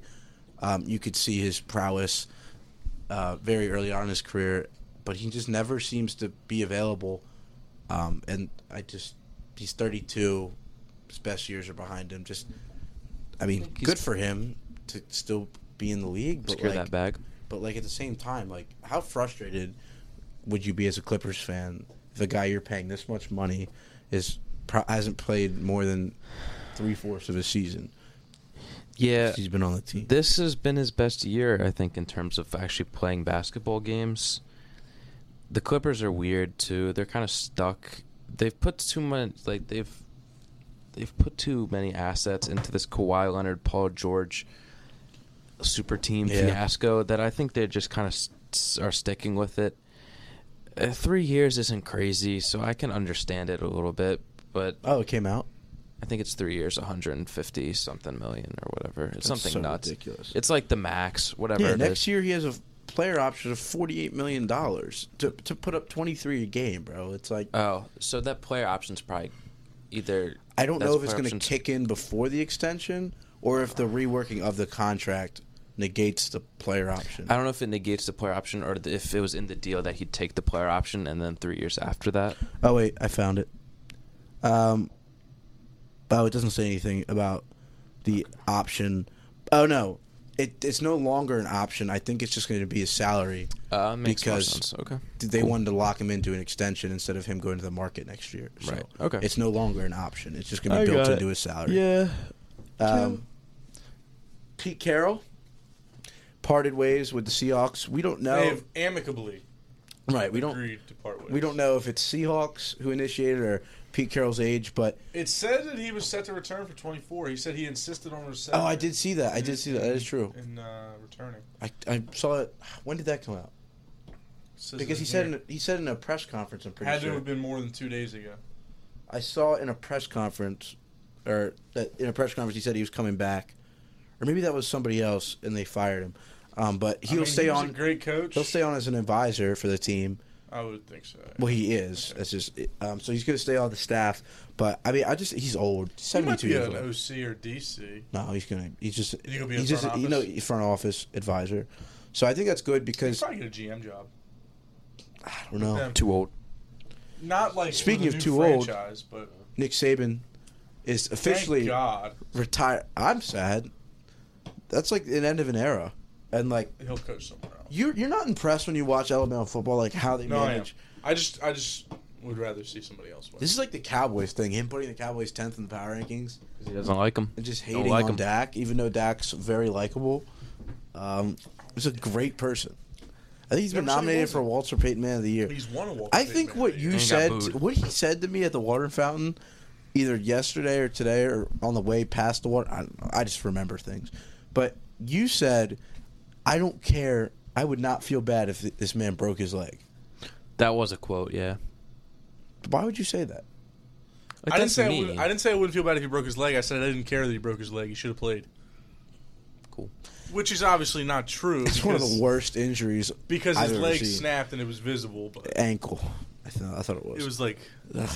Speaker 2: um, you could see his prowess uh, very early on in his career, but he just never seems to be available. Um, and I just, he's 32. His best years are behind him. Just, I mean,
Speaker 3: think he's-
Speaker 2: good for him to still be in the league, but
Speaker 3: Secure
Speaker 2: like,
Speaker 3: that bag.
Speaker 2: but like at the same time, like how frustrated would you be as a Clippers fan if a guy you're paying this much money is pro- hasn't played more than three fourths of a season?
Speaker 3: Yeah,
Speaker 2: since he's been on the team.
Speaker 3: This has been his best year, I think, in terms of actually playing basketball games. The Clippers are weird too. They're kind of stuck. They've put too much, like they've they've put too many assets into this Kawhi Leonard, Paul George super team
Speaker 2: Yeah.
Speaker 3: fiasco that I think they just kind of st- are sticking with it. Uh, three years isn't crazy, so I can understand it a little bit, but
Speaker 2: oh, it came out.
Speaker 3: I think it's three years, 150 something million or whatever.
Speaker 2: That's
Speaker 3: It's something
Speaker 2: so
Speaker 3: nuts.
Speaker 2: ridiculous.
Speaker 3: It's like the max, whatever.
Speaker 2: Yeah,
Speaker 3: it
Speaker 2: next
Speaker 3: is.
Speaker 2: year he has a player option of forty-eight million dollars to to put up twenty-three a game, bro. It's like
Speaker 3: Oh, so that player option's probably either.
Speaker 2: I don't
Speaker 3: that's
Speaker 2: know if it's
Speaker 3: player
Speaker 2: going to
Speaker 3: option's-
Speaker 2: kick in before the extension or if the reworking of the contract negates the player option.
Speaker 3: I don't know if it negates the player option or th- if it was in the deal that he'd take the player option and then three years after that.
Speaker 2: Oh wait, I found it. Um, oh, it doesn't say anything about the option. Oh no, it it's no longer an option. I think it's just going to be a salary.
Speaker 3: Uh, makes more
Speaker 2: Because-
Speaker 3: sense. Okay.
Speaker 2: They wanted to lock him into an extension instead of him going to the market next year. So
Speaker 3: Right, okay.
Speaker 2: It's no longer an option. It's just going to be built into his salary.
Speaker 3: Yeah.
Speaker 2: Um, Pete Carroll parted ways with the Seahawks. We don't know.
Speaker 1: They have amicably
Speaker 2: right. We Oh. don't.
Speaker 1: agreed to part ways.
Speaker 2: We don't know if it's Seahawks who initiated or Pete Carroll's age, but
Speaker 1: It said that he was set to return for 24. He said he insisted on returning.
Speaker 2: Oh, I did see that. I did see that. That is true.
Speaker 1: In uh, returning.
Speaker 2: I, I saw it. When did that come out?
Speaker 1: It says
Speaker 2: Because
Speaker 1: it
Speaker 2: he
Speaker 1: in
Speaker 2: said in
Speaker 1: here.
Speaker 2: a, he said in a press conference. I'm pretty
Speaker 1: had to
Speaker 2: sure.
Speaker 1: have been more than two days ago.
Speaker 2: I saw in a press conference, or that in a press conference he said he was coming back, or maybe that was somebody else and they fired him. Um, but
Speaker 1: I
Speaker 2: he'll
Speaker 1: mean,
Speaker 2: stay
Speaker 1: he was
Speaker 2: on.
Speaker 1: A great coach.
Speaker 2: He'll stay on as an advisor for the team.
Speaker 1: I would think so.
Speaker 2: Well, he is. That's just. Um, so he's going to stay on the staff. But I mean, I just he's old,
Speaker 1: He might
Speaker 2: seventy-two
Speaker 1: be
Speaker 2: years
Speaker 1: an
Speaker 2: old.
Speaker 1: OC or DC.
Speaker 2: No, he's gonna. He's just.
Speaker 1: think he'll be in
Speaker 2: he's
Speaker 1: front
Speaker 2: just. You know,
Speaker 1: office?
Speaker 2: front office advisor. So I think that's good
Speaker 1: He's
Speaker 2: because I
Speaker 1: probably get a GM job.
Speaker 2: don't know.
Speaker 1: Yeah.
Speaker 3: Too old.
Speaker 1: Not like
Speaker 2: Speaking
Speaker 1: with a
Speaker 2: of
Speaker 1: new
Speaker 2: too old,
Speaker 1: franchise, but
Speaker 2: Nick Saban is
Speaker 1: thank
Speaker 2: officially
Speaker 1: God
Speaker 2: retired. I'm sad. That's like an end of an era, and like
Speaker 1: he'll coach somewhere else.
Speaker 2: you're you're not impressed when you watch Alabama football, like how they
Speaker 1: No, I am.
Speaker 2: manage.
Speaker 1: I just, I just would rather see somebody else win.
Speaker 2: This is like the Cowboys thing. Him putting the Cowboys tenth in the power rankings
Speaker 3: He doesn't like him.
Speaker 2: and just
Speaker 3: Don't
Speaker 2: hating
Speaker 3: like
Speaker 2: on
Speaker 3: him.
Speaker 2: Dak, even though Dak's very likable. Um, he's a great person. I think he's been
Speaker 1: Never said he
Speaker 2: nominated
Speaker 1: wasn't.
Speaker 2: for Walter Payton Man of the Year.
Speaker 1: He's won a Walter
Speaker 2: I
Speaker 1: Payton
Speaker 2: think
Speaker 1: Man
Speaker 2: what
Speaker 1: of the Year.
Speaker 2: you
Speaker 3: And he got
Speaker 2: said,
Speaker 3: booed.
Speaker 2: what he said to me at the water fountain, either yesterday or today or on the way past the water, I don't know. I just remember things. But you said, I don't care. I would not feel bad if th- this man broke his leg.
Speaker 3: That was a quote, yeah.
Speaker 2: Why would you say that?
Speaker 3: Like,
Speaker 1: I didn't
Speaker 3: that's
Speaker 1: say I,
Speaker 3: mean.
Speaker 1: would, I didn't say I wouldn't feel bad if he broke his leg. I said I didn't care that he broke his leg. He should have played,
Speaker 3: Cool.
Speaker 1: which is obviously not true.
Speaker 2: It's one of the worst injuries
Speaker 1: because
Speaker 2: I've
Speaker 1: his
Speaker 2: ever
Speaker 1: leg
Speaker 2: seen.
Speaker 1: snapped and it was visible, but
Speaker 2: ankle. I thought, I thought it was.
Speaker 1: it was like
Speaker 2: Ugh.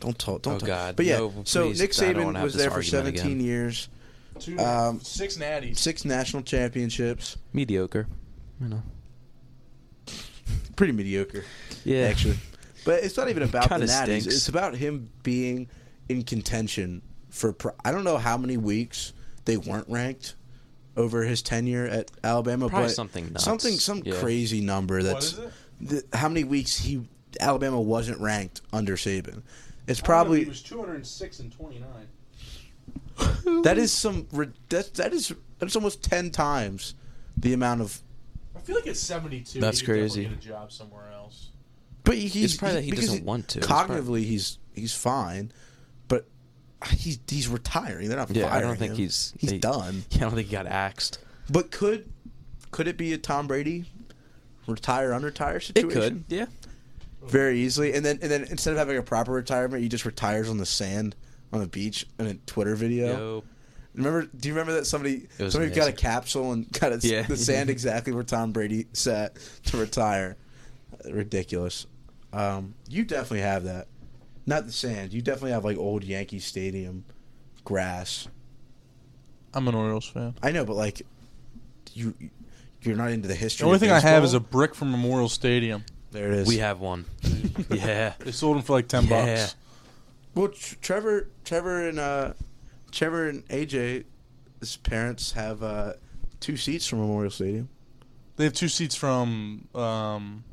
Speaker 2: Don't talk. Don't
Speaker 3: Oh,
Speaker 2: talk.
Speaker 3: God.
Speaker 2: But yeah,
Speaker 3: No,
Speaker 2: so
Speaker 3: please,
Speaker 2: Nick
Speaker 3: I don't wanna
Speaker 2: Saban
Speaker 3: have
Speaker 2: was
Speaker 3: this
Speaker 2: there for
Speaker 3: argument again.
Speaker 2: 17 years,
Speaker 1: two,
Speaker 2: Um,
Speaker 1: six natties.
Speaker 2: six national championships.
Speaker 3: Mediocre. You know.
Speaker 2: Pretty mediocre.
Speaker 3: Yeah. *laughs*
Speaker 2: actually. But it's not even about the
Speaker 3: Kinda
Speaker 2: natties.
Speaker 3: stinks.
Speaker 2: It's about him being in contention for. Pro- I don't know how many weeks they weren't ranked over his tenure at Alabama,
Speaker 3: Probably
Speaker 2: but
Speaker 3: something nuts.
Speaker 2: something, some
Speaker 3: Yeah.
Speaker 2: crazy number. That's
Speaker 1: is it?
Speaker 2: th- how many weeks he Alabama wasn't ranked under Saban. It's probably
Speaker 1: he was two hundred six and twenty nine.
Speaker 2: that is some rid- that that is that's almost ten times the amount of.
Speaker 1: I feel like at seventy two,
Speaker 3: That's crazy.
Speaker 1: Get a job somewhere else.
Speaker 2: But he, he's
Speaker 3: It's probably that he
Speaker 2: because
Speaker 3: doesn't want to. It's
Speaker 2: Cognitively, he's he's fine, but he's he's retiring. They're not.
Speaker 3: Yeah, I don't
Speaker 2: firing
Speaker 3: think
Speaker 2: him.
Speaker 3: he's
Speaker 2: he's
Speaker 3: he-
Speaker 2: done.
Speaker 3: *laughs* Yeah, I don't think he got axed.
Speaker 2: But could could it be a Tom Brady retire unretire
Speaker 3: It
Speaker 2: situation?
Speaker 3: could, yeah.
Speaker 2: very easily, and then and then instead of having a proper retirement, he just retires on the sand on the beach in a Twitter video.
Speaker 3: Yo,
Speaker 2: Remember? Do you remember that somebody
Speaker 3: It was
Speaker 2: somebody got a
Speaker 3: amazing.
Speaker 2: capsule and got it,
Speaker 3: Yeah.
Speaker 2: the sand exactly where Tom Brady sat to retire? Ridiculous. Um, you definitely have that. Not the sand. You definitely have like old Yankee Stadium grass.
Speaker 1: I'm an Orioles fan.
Speaker 2: I know, but like you, you're not into the history.
Speaker 1: The only
Speaker 2: of
Speaker 1: thing I have is a
Speaker 2: baseball.
Speaker 1: brick from Memorial Stadium.
Speaker 2: There it is.
Speaker 3: we have
Speaker 1: *laughs*
Speaker 3: one. yeah.
Speaker 1: They sold them for like ten
Speaker 3: Yeah.
Speaker 1: bucks.
Speaker 2: Well, Tr- Trevor, Trevor, and uh, Trevor and AJ's parents have uh, two seats from Memorial Stadium.
Speaker 1: They have two seats from. Um,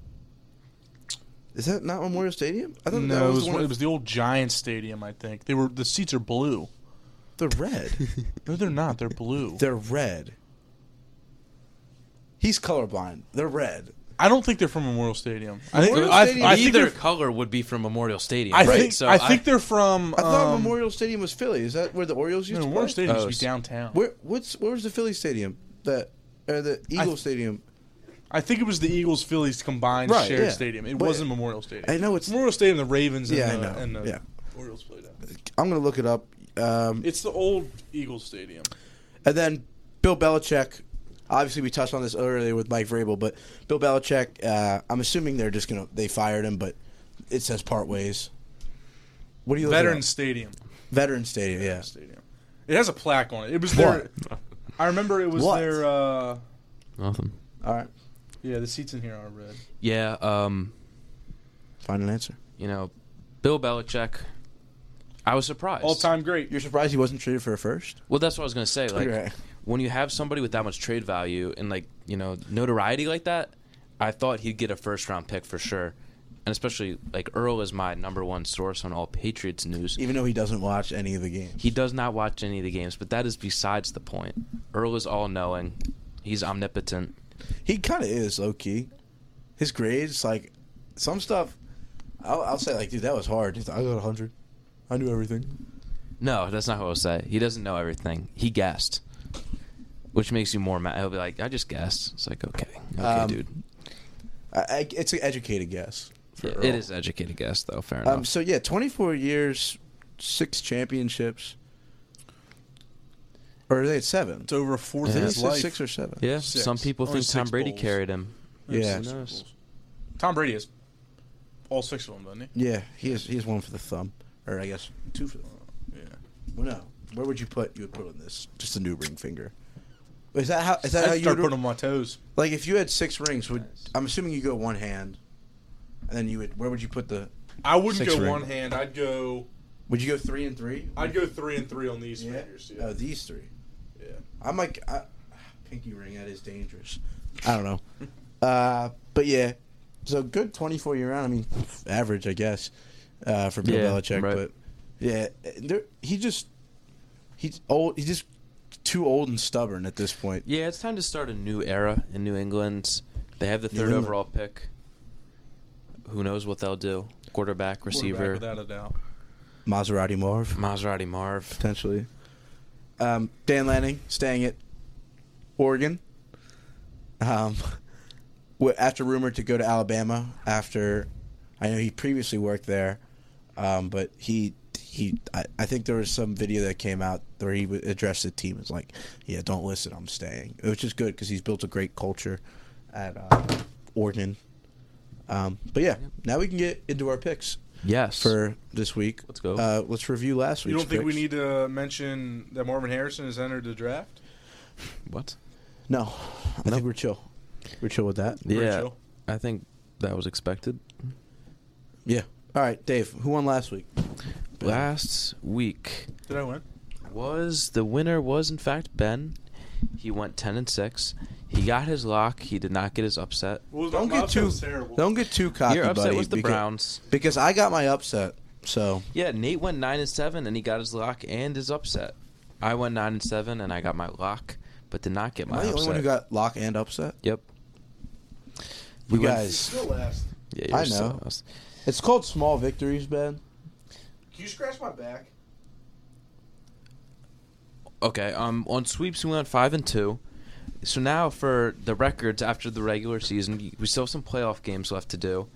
Speaker 2: Is that not Memorial Stadium? I thought that
Speaker 1: no, it
Speaker 2: was,
Speaker 1: was,
Speaker 2: the one.
Speaker 1: it was the old Giant Stadium. I think they were the seats are blue.
Speaker 2: they're red.
Speaker 1: *laughs* No, they're not. They're blue.
Speaker 2: they're red. He's colorblind. They're red.
Speaker 1: I don't think they're from Memorial Stadium. I think,
Speaker 2: Memorial
Speaker 1: I,
Speaker 2: Stadium-
Speaker 1: I think
Speaker 3: Either
Speaker 1: they're.
Speaker 3: color would be from Memorial Stadium.
Speaker 1: I
Speaker 3: right?
Speaker 1: think, I think they're from.
Speaker 2: I thought
Speaker 1: um,
Speaker 2: Memorial Stadium was Philly. Is that where the Orioles used
Speaker 1: No,
Speaker 2: to
Speaker 1: Memorial
Speaker 2: play?
Speaker 1: Stadium
Speaker 3: Oh,
Speaker 1: used
Speaker 3: s-
Speaker 1: to be downtown.
Speaker 2: Where what's where was the Philly Stadium? The or the Eagle Stadium.
Speaker 1: I think it was the Eagles Phillies combined
Speaker 2: Right,
Speaker 1: shared
Speaker 2: yeah.
Speaker 1: stadium. It
Speaker 2: But-
Speaker 1: wasn't Memorial Stadium.
Speaker 2: I know it's-
Speaker 1: Memorial Stadium. The Ravens and
Speaker 2: Yeah, I
Speaker 1: the,
Speaker 2: know.
Speaker 1: and the
Speaker 2: Yeah.
Speaker 1: Orioles played at.
Speaker 2: I'm gonna look it up. Um,
Speaker 1: It's the old Eagles Stadium.
Speaker 2: And then Bill Belichick. Obviously, we touched on this earlier with Mike Vrabel, but Bill Belichick. Uh, I'm assuming they're just gonna they fired him, but it says part ways. What do you looking
Speaker 1: Veterans
Speaker 2: up?
Speaker 1: Stadium.
Speaker 2: Veteran Stadium? Yeah.
Speaker 1: Stadium. It has a plaque on it. It was
Speaker 2: What?
Speaker 1: their. I remember it was
Speaker 2: What?
Speaker 1: their. Uh,
Speaker 3: Nothing.
Speaker 2: All right.
Speaker 1: yeah, the seats in here are red.
Speaker 3: Yeah, um,
Speaker 2: Find an answer.
Speaker 3: you know, Bill Belichick. I was surprised.
Speaker 1: All time great.
Speaker 2: You're surprised he wasn't traded for a first?
Speaker 3: Well, that's what I was gonna say. Like,
Speaker 2: right.
Speaker 3: when you have somebody with that much trade value and like you know notoriety like that, I thought he'd get a first round pick for sure. And especially like Earl is my number one source on all Patriots news.
Speaker 2: Even though he doesn't watch any of the games.
Speaker 3: He does not watch any of the games, but that is besides the point. Earl is all knowing. He's omnipotent.
Speaker 2: He kind of is low key. His grades, like some stuff, I'll, I'll say like, dude, that was hard. He's like, I got hundred. I knew everything.
Speaker 3: No, that's not what I'll say. He doesn't know everything. He guessed, which makes you more mad. He'll be like, "I just guessed." It's like, okay, okay,
Speaker 2: Um,
Speaker 3: dude.
Speaker 2: I, I, it's an educated guess. for
Speaker 3: Yeah,
Speaker 2: Earl.
Speaker 3: it is educated guess, though. Fair enough.
Speaker 2: Um, so yeah, 24 years, six championships, or are they at seven?
Speaker 1: It's over a fourth
Speaker 2: I
Speaker 1: of
Speaker 2: think it
Speaker 1: his
Speaker 2: said
Speaker 1: life.
Speaker 2: six or seven.
Speaker 3: yeah,
Speaker 1: six.
Speaker 3: some people
Speaker 1: Only
Speaker 3: think Tom
Speaker 1: six
Speaker 3: Brady
Speaker 1: bowls.
Speaker 3: carried him.
Speaker 2: Yeah.
Speaker 1: Six Bulls. Tom Brady is all six of them, doesn't
Speaker 2: Yeah, he has he has one for the thumb, or I guess two for the thumb.
Speaker 1: he? Yeah.
Speaker 2: Well, no, where would you put you would put on this? Just a new ring finger. Is that how? Is that
Speaker 1: I'd
Speaker 2: how
Speaker 1: start
Speaker 2: you
Speaker 1: putting
Speaker 2: would,
Speaker 1: them on my toes.
Speaker 2: like? If you had six rings, would I'm assuming you go one hand, and then you would where would you put the?
Speaker 1: I wouldn't
Speaker 2: Six
Speaker 1: go
Speaker 2: ring.
Speaker 1: one hand. I'd go.
Speaker 2: Would you go three and three?
Speaker 1: I'd go three and three on these
Speaker 2: yeah.
Speaker 1: fingers. Yeah.
Speaker 2: Oh, these three.
Speaker 1: yeah.
Speaker 2: I'm like I, pinky ring. That is dangerous. I don't know, *laughs* uh, but yeah. So good 24 year round. I mean, average, I guess, uh, for Bill
Speaker 3: Yeah,
Speaker 2: Belichick.
Speaker 3: right.
Speaker 2: But yeah, there, he just he's old. He's just too old and stubborn at this point.
Speaker 3: Yeah, it's time to start a new era in New England. They have the
Speaker 2: New
Speaker 3: third
Speaker 2: England.
Speaker 3: overall pick. Who knows what they'll do? Quarterback,
Speaker 1: Quarterback,
Speaker 3: receiver,
Speaker 1: without a doubt.
Speaker 2: Maserati Marv
Speaker 3: Maserati Marv.
Speaker 2: potentially. Um, Dan Lanning staying at Oregon. Um, *laughs* wa- after rumored to go to Alabama. After I know he previously worked there, um, but he he I, I think there was some video that came out where he w- addressed the team as like, yeah, don't listen, I'm staying, which is good because he's built a great culture at uh, Oregon. Um, but yeah, now we can get into our picks
Speaker 3: Yes.
Speaker 2: for this week.
Speaker 3: Let's go.
Speaker 2: Uh, let's review last
Speaker 1: You
Speaker 2: week's.
Speaker 1: don't think we
Speaker 2: picks.
Speaker 1: need to mention that Marvin Harrison has entered the draft?
Speaker 3: what?
Speaker 2: No, I think we're chill. We're chill with that.
Speaker 1: Pretty
Speaker 3: yeah.
Speaker 1: chill.
Speaker 3: I think that was expected.
Speaker 2: Yeah. All right, Dave. Who won last week?
Speaker 3: Last week
Speaker 1: Did I win?
Speaker 3: was the winner was in fact Ben. He went 10 and 6. He got his lock. He did not get his upset.
Speaker 1: Well,
Speaker 2: Don't
Speaker 1: my
Speaker 2: get
Speaker 1: upset
Speaker 2: too-
Speaker 1: was terrible.
Speaker 2: Don't get too cocky,
Speaker 3: Your upset
Speaker 2: buddy.
Speaker 3: was the
Speaker 2: beca-
Speaker 3: Browns.
Speaker 2: because I got my upset. So
Speaker 3: Yeah, Nate went nine and seven, and he got his lock and his upset. I went nine and seven, and I got my lock, but did not get
Speaker 2: am I
Speaker 3: my
Speaker 2: the
Speaker 3: upset.
Speaker 2: only one who got lock and upset?
Speaker 3: yep.
Speaker 2: You
Speaker 3: went-
Speaker 2: guys,
Speaker 1: Still last.
Speaker 3: Yeah,
Speaker 2: I
Speaker 3: you're so
Speaker 2: know.
Speaker 3: lost.
Speaker 2: it's called small victories, Ben.
Speaker 1: Can you scratch my back?
Speaker 3: Okay. Um, on sweeps we went five and two. So now for the records after the regular season, we still have some playoff games left to do.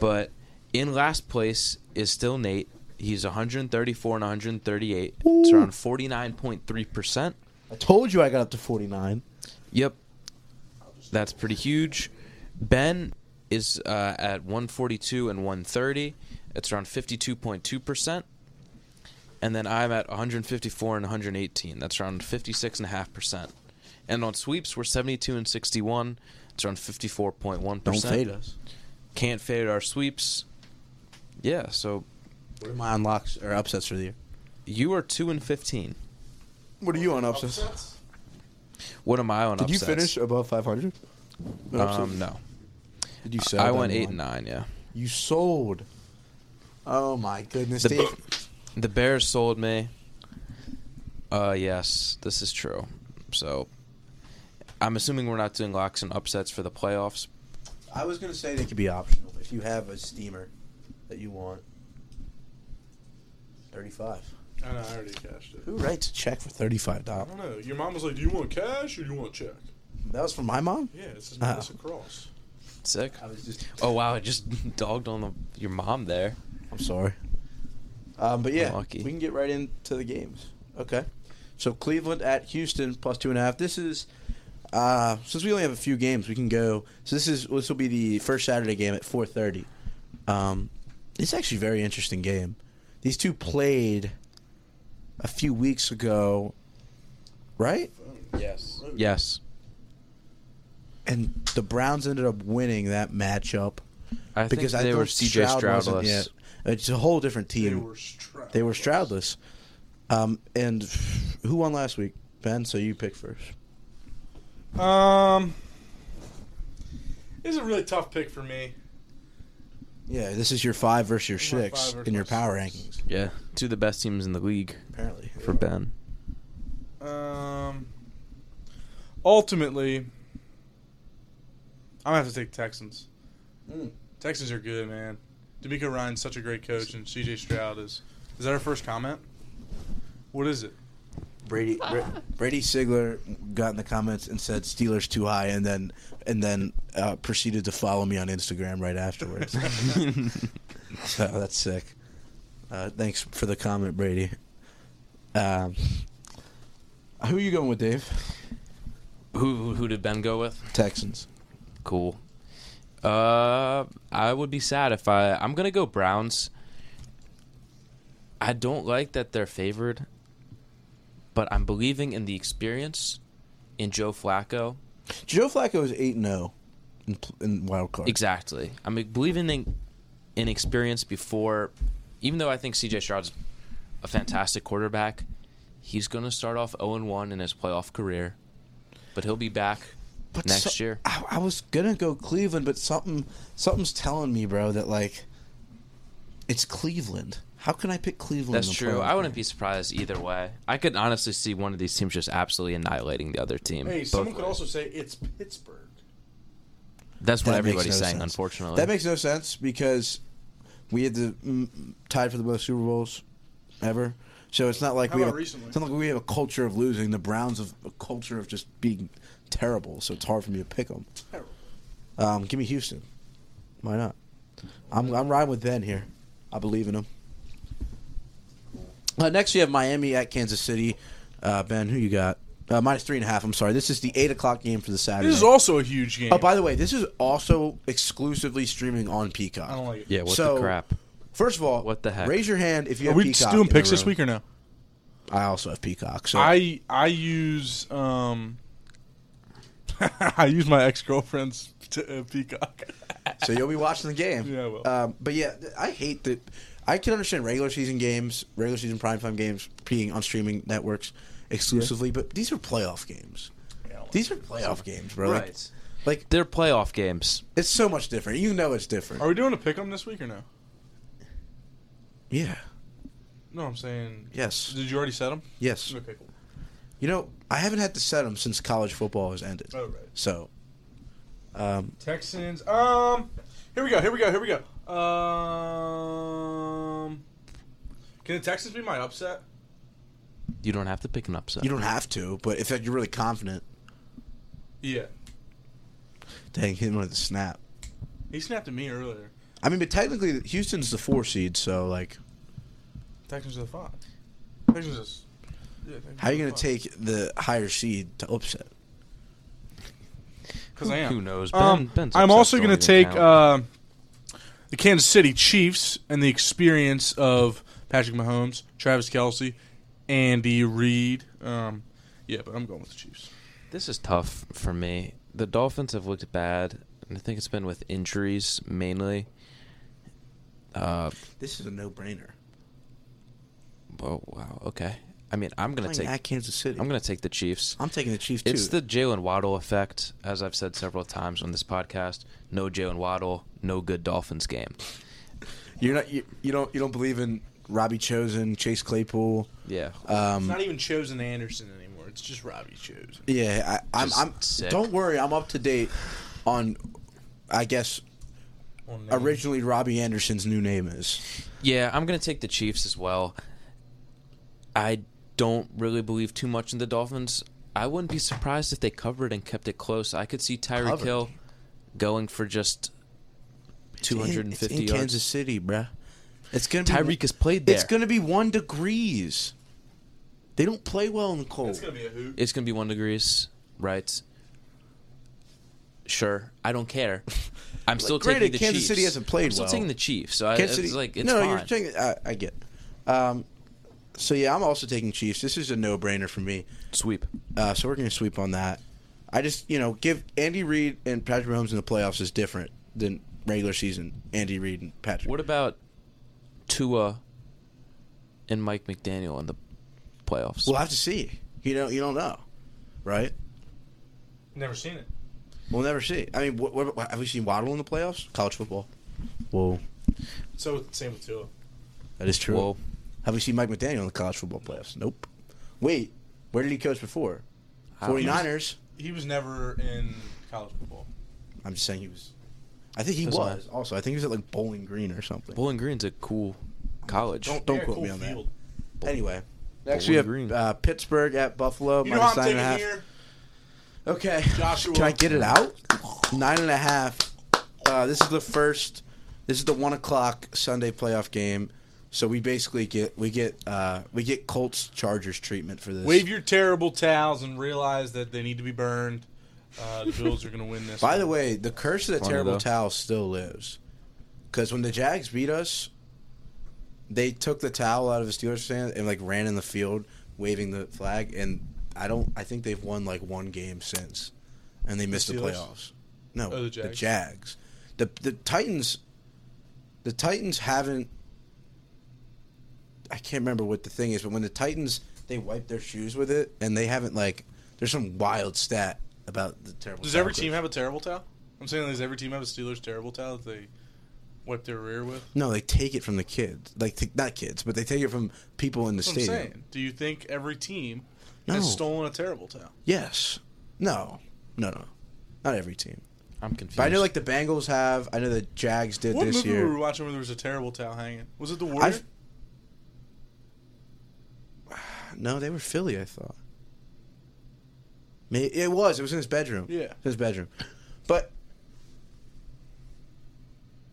Speaker 3: But in last place is still Nate. He's 134 and 138. It's
Speaker 2: Ooh.
Speaker 3: around 49.3 percent.
Speaker 2: I told you I got up to forty nine.
Speaker 3: Yep. That's pretty huge. Ben is uh, at 142 and 130. It's around 52.2%. And then I'm at 154 and 118. That's around 56.5%. And on sweeps, we're 72 and 61. It's around 54.1%.
Speaker 2: Don't fade us.
Speaker 3: Can't fade our sweeps. Yeah, so
Speaker 2: What am I on locks or upsets for the year?
Speaker 3: you are 2 and 15.
Speaker 2: What are you on upsets?
Speaker 3: What am I on
Speaker 2: Did
Speaker 3: upsets?
Speaker 2: you finish above five hundred?
Speaker 3: Um, no.
Speaker 2: Did you sell?
Speaker 3: I
Speaker 2: them
Speaker 3: went 8
Speaker 2: on?
Speaker 3: and 9, yeah.
Speaker 2: You sold. Oh my goodness,
Speaker 3: The-
Speaker 2: Dave.
Speaker 3: The Bears sold me. Uh, yes, this is true. So, I'm assuming we're not doing locks and upsets for the playoffs.
Speaker 2: I was gonna say they could be optional if you have a steamer that you want. Thirty-five.
Speaker 1: I know. I already cashed it.
Speaker 2: Who writes a check for thirty-five
Speaker 1: I
Speaker 2: dollars?
Speaker 1: don't know. Your mom was like, "Do you want cash or do you want check?"
Speaker 2: That was from my mom.
Speaker 1: Yeah, this is
Speaker 2: Oh.
Speaker 1: Melissa Cross.
Speaker 3: Sick.
Speaker 2: I was just.
Speaker 3: Oh wow, I just *laughs* dogged on the, your mom there.
Speaker 2: I'm sorry. Um, but yeah,
Speaker 3: Lucky.
Speaker 2: we can get right into the games. Okay. So Cleveland at Houston plus two and a half. This is uh, since we only have a few games, we can go. So this is this will be the first Saturday game at 4:30. Um, it's actually a very interesting game. These two played a few weeks ago, right?
Speaker 3: Yes. Yes.
Speaker 2: And the Browns ended up winning that matchup
Speaker 3: I
Speaker 2: because
Speaker 3: think
Speaker 2: I
Speaker 3: they were
Speaker 2: thought
Speaker 3: CJ
Speaker 2: wasn't
Speaker 3: Stroudless.
Speaker 2: yet- It's a whole different team.
Speaker 1: They were Stroud.
Speaker 2: They were Stroudless. Um, and who won last week, Ben? So you pick first.
Speaker 1: Um, this is a really tough pick for me.
Speaker 2: Yeah, this is your five versus your
Speaker 1: My five
Speaker 2: six
Speaker 1: versus
Speaker 2: in your
Speaker 1: my
Speaker 2: power
Speaker 1: six.
Speaker 2: rankings.
Speaker 3: Yeah, two of the best teams in the league
Speaker 2: Apparently,
Speaker 3: for Ben.
Speaker 1: Um, ultimately, I'm gonna have to take Texans. Hmm. Texans are good, man. D'Amico Ryan's such a great coach, and C.J. Stroud is. Is that our first comment? What is
Speaker 2: *laughs*
Speaker 1: it?
Speaker 2: Brady
Speaker 1: Ah.
Speaker 2: Bra- Brady Sigler got in the comments and said Steelers too high, and then and then uh, proceeded to follow me on Instagram
Speaker 1: *laughs*
Speaker 2: right afterwards. *laughs* so that's sick. Uh, thanks for the comment, Brady. Um, who are you going with, Dave?
Speaker 3: Who who did Ben go with?
Speaker 2: Texans.
Speaker 3: Cool. Uh, I would be sad if I. I'm gonna go Browns. I don't like that they're favored, but I'm believing in the experience, in Joe Flacco.
Speaker 2: Joe Flacco is eight and zero in, pl- in wild card.
Speaker 3: Exactly. I'm believing in, in experience before, even though I think C.J. Stroud's a fantastic quarterback, he's gonna start off 0 1 in his playoff career, but he'll be back
Speaker 2: But
Speaker 3: next
Speaker 2: so-
Speaker 3: year.
Speaker 2: I, I was gonna go Cleveland, but something something's telling me, bro, that like it's Cleveland. How can I pick Cleveland?
Speaker 3: That's
Speaker 2: in the
Speaker 3: true.
Speaker 2: playoff
Speaker 3: I wouldn't
Speaker 2: game?
Speaker 3: be surprised either way. I could honestly see one of these teams just absolutely annihilating the other team.
Speaker 1: Hey,
Speaker 3: both
Speaker 1: someone could
Speaker 3: ways.
Speaker 1: also say it's Pittsburgh.
Speaker 3: That's what
Speaker 2: That makes
Speaker 3: everybody's
Speaker 2: no
Speaker 3: saying,
Speaker 2: sense.
Speaker 3: unfortunately.
Speaker 2: That makes no sense because we had the mm, tied for the most Super Bowls ever. So it's not like
Speaker 1: How
Speaker 2: we
Speaker 1: about
Speaker 2: have,
Speaker 1: recently?
Speaker 2: It's not like we have a culture of losing. The Browns have a culture of just being terrible. So it's hard for me to pick them.
Speaker 1: Terrible.
Speaker 2: Um, give me Houston. Why not? I'm I'm riding with Ben here. I believe in him. Uh, next, we have Miami at Kansas City. Uh, ben, who you got? Uh, minus three and a half. I'm sorry. This is the eight o'clock game for the Saturday.
Speaker 1: This is also a huge game.
Speaker 2: Oh, by the way, this is also exclusively streaming on Peacock.
Speaker 1: I don't like it.
Speaker 3: yeah, what
Speaker 2: So-
Speaker 3: the crap?
Speaker 2: First of all,
Speaker 3: What the heck?
Speaker 2: Raise your hand if you
Speaker 1: Are
Speaker 2: have
Speaker 1: we
Speaker 2: Peacock.
Speaker 1: just doing
Speaker 2: in
Speaker 1: picks
Speaker 2: the
Speaker 1: this
Speaker 2: room.
Speaker 1: week or no?
Speaker 2: I also have Peacock. So
Speaker 1: I I use um *laughs* I use my ex girlfriend's t- uh,
Speaker 2: *laughs*
Speaker 1: peacock.
Speaker 2: so you'll be watching the game.
Speaker 1: Yeah, I will.
Speaker 2: Um, but yeah, th- I hate that. I can understand regular season games, regular season primetime games being on streaming networks exclusively, but these are playoff games. These are playoff games, bro. Like-
Speaker 3: Right.
Speaker 2: Like,
Speaker 3: They're playoff games.
Speaker 2: it's so much different. You know it's different.
Speaker 1: Are we doing a pick 'em this week or no?
Speaker 2: yeah.
Speaker 1: No, I'm saying
Speaker 2: Yes.
Speaker 1: Did you already set them?
Speaker 2: Yes.
Speaker 1: Okay, cool.
Speaker 2: You know, I haven't had to set them since college football has ended.
Speaker 1: Oh, right.
Speaker 2: So, um,
Speaker 1: Texans. Um, here we go. Here we go. Here we go. Um, can the Texans be my upset?
Speaker 3: You don't have to pick an upset.
Speaker 2: you don't have to, but if you're really confident,
Speaker 1: Yeah,
Speaker 2: dang, hit him with a snap.
Speaker 1: he snapped at me earlier.
Speaker 2: I mean, but technically, Houston's the four seed, so like,
Speaker 1: Texans are the five. Texans is. Yeah, Texans
Speaker 2: how are you going to take the higher seed to upset?
Speaker 1: Because I am.
Speaker 3: Who knows?
Speaker 1: Um,
Speaker 3: Ben's
Speaker 1: I'm
Speaker 3: upsets
Speaker 1: also
Speaker 3: don't
Speaker 1: going to
Speaker 3: even
Speaker 1: take
Speaker 3: count.
Speaker 1: uh, the Kansas City Chiefs and the experience of Patrick Mahomes, Travis Kelsey, Andy Reid. Um, yeah, but I'm going with the Chiefs.
Speaker 3: This is tough for me. The Dolphins have looked bad, and I think it's been with injuries mainly. Uh,
Speaker 2: This is a no-brainer.
Speaker 3: oh wow, okay. I mean, I'm gonna
Speaker 2: Playing
Speaker 3: take
Speaker 2: at Kansas City.
Speaker 3: I'm gonna take the Chiefs.
Speaker 2: I'm taking the Chiefs too.
Speaker 3: It's the Jalen Waddle effect, as I've said several times on this podcast. No Jalen Waddle, no good Dolphins game.
Speaker 2: you're not you, you don't you don't believe in Robbie Chosen, Chase Claypool.
Speaker 3: Yeah,
Speaker 2: Um,
Speaker 1: even chosen Anderson anymore. It's just Robbie chosen.
Speaker 2: yeah, I, I'm.
Speaker 3: Just
Speaker 2: I'm
Speaker 3: sick.
Speaker 2: don't worry, I'm up to date on. I guess originally Robbie Anderson's new name is.
Speaker 3: yeah. I'm gonna take the Chiefs as well. I don't really believe too much in the Dolphins. I wouldn't be surprised if they covered and kept it close. I could see Tyreek
Speaker 2: Covered.
Speaker 3: Hill going for just
Speaker 2: It's in-
Speaker 3: 250
Speaker 2: it's in,
Speaker 3: yards.
Speaker 2: Kansas City, bruh. It's gonna be
Speaker 3: Tyreek has played there.
Speaker 2: It's gonna be one degrees. They don't play well in the cold.
Speaker 1: It's going to be a hoot.
Speaker 3: It's gonna be one degrees, right? Sure, I
Speaker 2: *laughs*
Speaker 3: don't care. I'm still taking
Speaker 2: granted,
Speaker 3: the
Speaker 2: Kansas
Speaker 3: Chiefs.
Speaker 2: City hasn't played
Speaker 3: I'm still
Speaker 2: well.
Speaker 3: taking the Chiefs, so I,
Speaker 2: Kansas
Speaker 3: it's
Speaker 2: City,
Speaker 3: like it's
Speaker 2: no,
Speaker 3: fine.
Speaker 2: you're taking. I, I get. it. Um, so yeah, I'm also taking Chiefs. This is a no-brainer for me.
Speaker 3: sweep.
Speaker 2: Uh, so we're going to sweep on that. I just, you know, give Andy Reid and Patrick Mahomes in the playoffs is different than regular season. Andy Reid and Patrick.
Speaker 3: What about Tua and Mike McDaniel in the playoffs?
Speaker 2: we'll have to see. You know, you don't know, right?
Speaker 1: Never seen it.
Speaker 2: We'll never see. I mean, what, what, what- have we seen Waddle in the playoffs? College football. Whoa,
Speaker 1: So, same with Tua.
Speaker 2: that is true.
Speaker 3: Whoa.
Speaker 2: Have we seen Mike McDaniel in the college football playoffs? Nope. Wait, where did he coach before?
Speaker 3: I don't know.
Speaker 2: 49ers.
Speaker 1: He was never in college football.
Speaker 2: I'm just saying he was. I think he
Speaker 3: Doesn't
Speaker 2: was
Speaker 3: matter.
Speaker 2: also. I think he was at like Bowling Green or something.
Speaker 3: Bowling Green's a cool college.
Speaker 2: Don't- don't
Speaker 1: Yeah,
Speaker 2: quote
Speaker 1: cool
Speaker 2: me on that.
Speaker 1: field.
Speaker 2: Anyway, next
Speaker 3: Bowling
Speaker 2: we have
Speaker 3: Green.
Speaker 2: uh, Pittsburgh at Buffalo.
Speaker 1: You know
Speaker 2: minus
Speaker 1: what I'm
Speaker 2: nine and
Speaker 1: taking
Speaker 2: a half.
Speaker 1: here?
Speaker 2: Okay.
Speaker 1: Joshua.
Speaker 2: Can I get it out? Nine and a half. Uh, this is the first. This is the one o'clock Sunday playoff game. So we basically get we get uh, we get Colts Chargers treatment for this.
Speaker 1: Wave your terrible towels and realize that they need to be burned. Uh, the Bills are going to win this.
Speaker 2: By the way, the curse of the
Speaker 3: Funny,
Speaker 2: terrible
Speaker 3: though.
Speaker 2: towel still lives. Because when the Jags beat us, they took the towel out of the Steelers stand and like ran in the field waving the flag. And I don't. I think they've won like one game since, and they missed the,
Speaker 1: Steelers?
Speaker 2: playoffs. No,
Speaker 1: Oh, the
Speaker 2: the Jags. The,
Speaker 1: Jags.
Speaker 2: the Titans. The Titans haven't. I can't remember what the thing is, but when the Titans they wipe their shoes with it, and they haven't like. There's some wild stat about the terrible.
Speaker 1: does
Speaker 2: towel
Speaker 1: every
Speaker 2: curse.
Speaker 1: team have a terrible towel? I'm saying, does every team have a Steelers terrible towel that they wipe their rear with?
Speaker 2: No, they take it from the kids. Like th- not kids, but they take it from people in the
Speaker 1: That's what I'm
Speaker 2: stadium.
Speaker 1: saying. Do you think every team
Speaker 2: No.
Speaker 1: has stolen a terrible towel?
Speaker 2: Yes. No. No. No. Not every team.
Speaker 3: I'm confused.
Speaker 2: But I know like the Bengals have. I know the Jags did
Speaker 1: What
Speaker 2: this
Speaker 1: movie
Speaker 2: year.
Speaker 1: were we watching where there was a terrible towel hanging? Was it The Warrior?
Speaker 2: I've- No, they were Philly. I thought. May- It was. It was in his bedroom.
Speaker 1: Yeah.
Speaker 2: his bedroom. But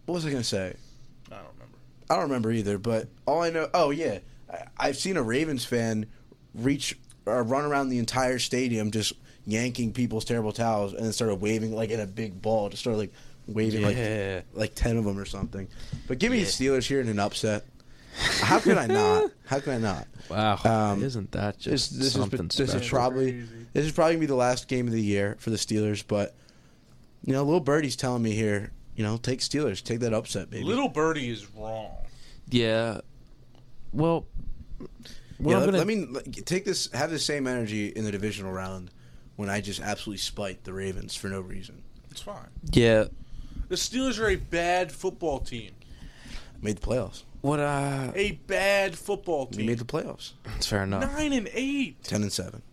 Speaker 2: what was I gonna say?
Speaker 1: I don't remember.
Speaker 2: I don't remember either, but all I know, oh yeah, I, I've seen a Ravens fan reach or run around the entire stadium just yanking people's terrible towels and then started waving like in a big ball, just started like waving
Speaker 3: Yeah.
Speaker 2: like like ten of them or something. But give me
Speaker 3: Yeah.
Speaker 2: the Steelers here in an upset. How could I
Speaker 3: *laughs*
Speaker 2: not? How could I not?
Speaker 3: wow,
Speaker 2: um,
Speaker 3: isn't that
Speaker 2: This,
Speaker 3: just
Speaker 2: this is
Speaker 3: something
Speaker 2: this
Speaker 3: special?
Speaker 2: is probably
Speaker 1: Crazy.
Speaker 2: this is probably gonna be the last game of the year for the Steelers, but you know, little birdie's telling me here, you know, take Steelers, take that upset, baby.
Speaker 1: Little Birdie is wrong.
Speaker 3: yeah. Well, what
Speaker 2: yeah,
Speaker 3: I'm
Speaker 2: let,
Speaker 3: gonna-
Speaker 2: let me let- take this. Have the same energy in the divisional round when I just absolutely spiked the Ravens for no reason.
Speaker 1: It's fine.
Speaker 3: yeah.
Speaker 1: The Steelers are a bad football team.
Speaker 2: Made the playoffs.
Speaker 3: What? Uh,
Speaker 1: A bad football
Speaker 2: We
Speaker 1: team.
Speaker 2: made the playoffs.
Speaker 3: it's fair enough.
Speaker 1: Nine and eight.
Speaker 2: Ten and seven.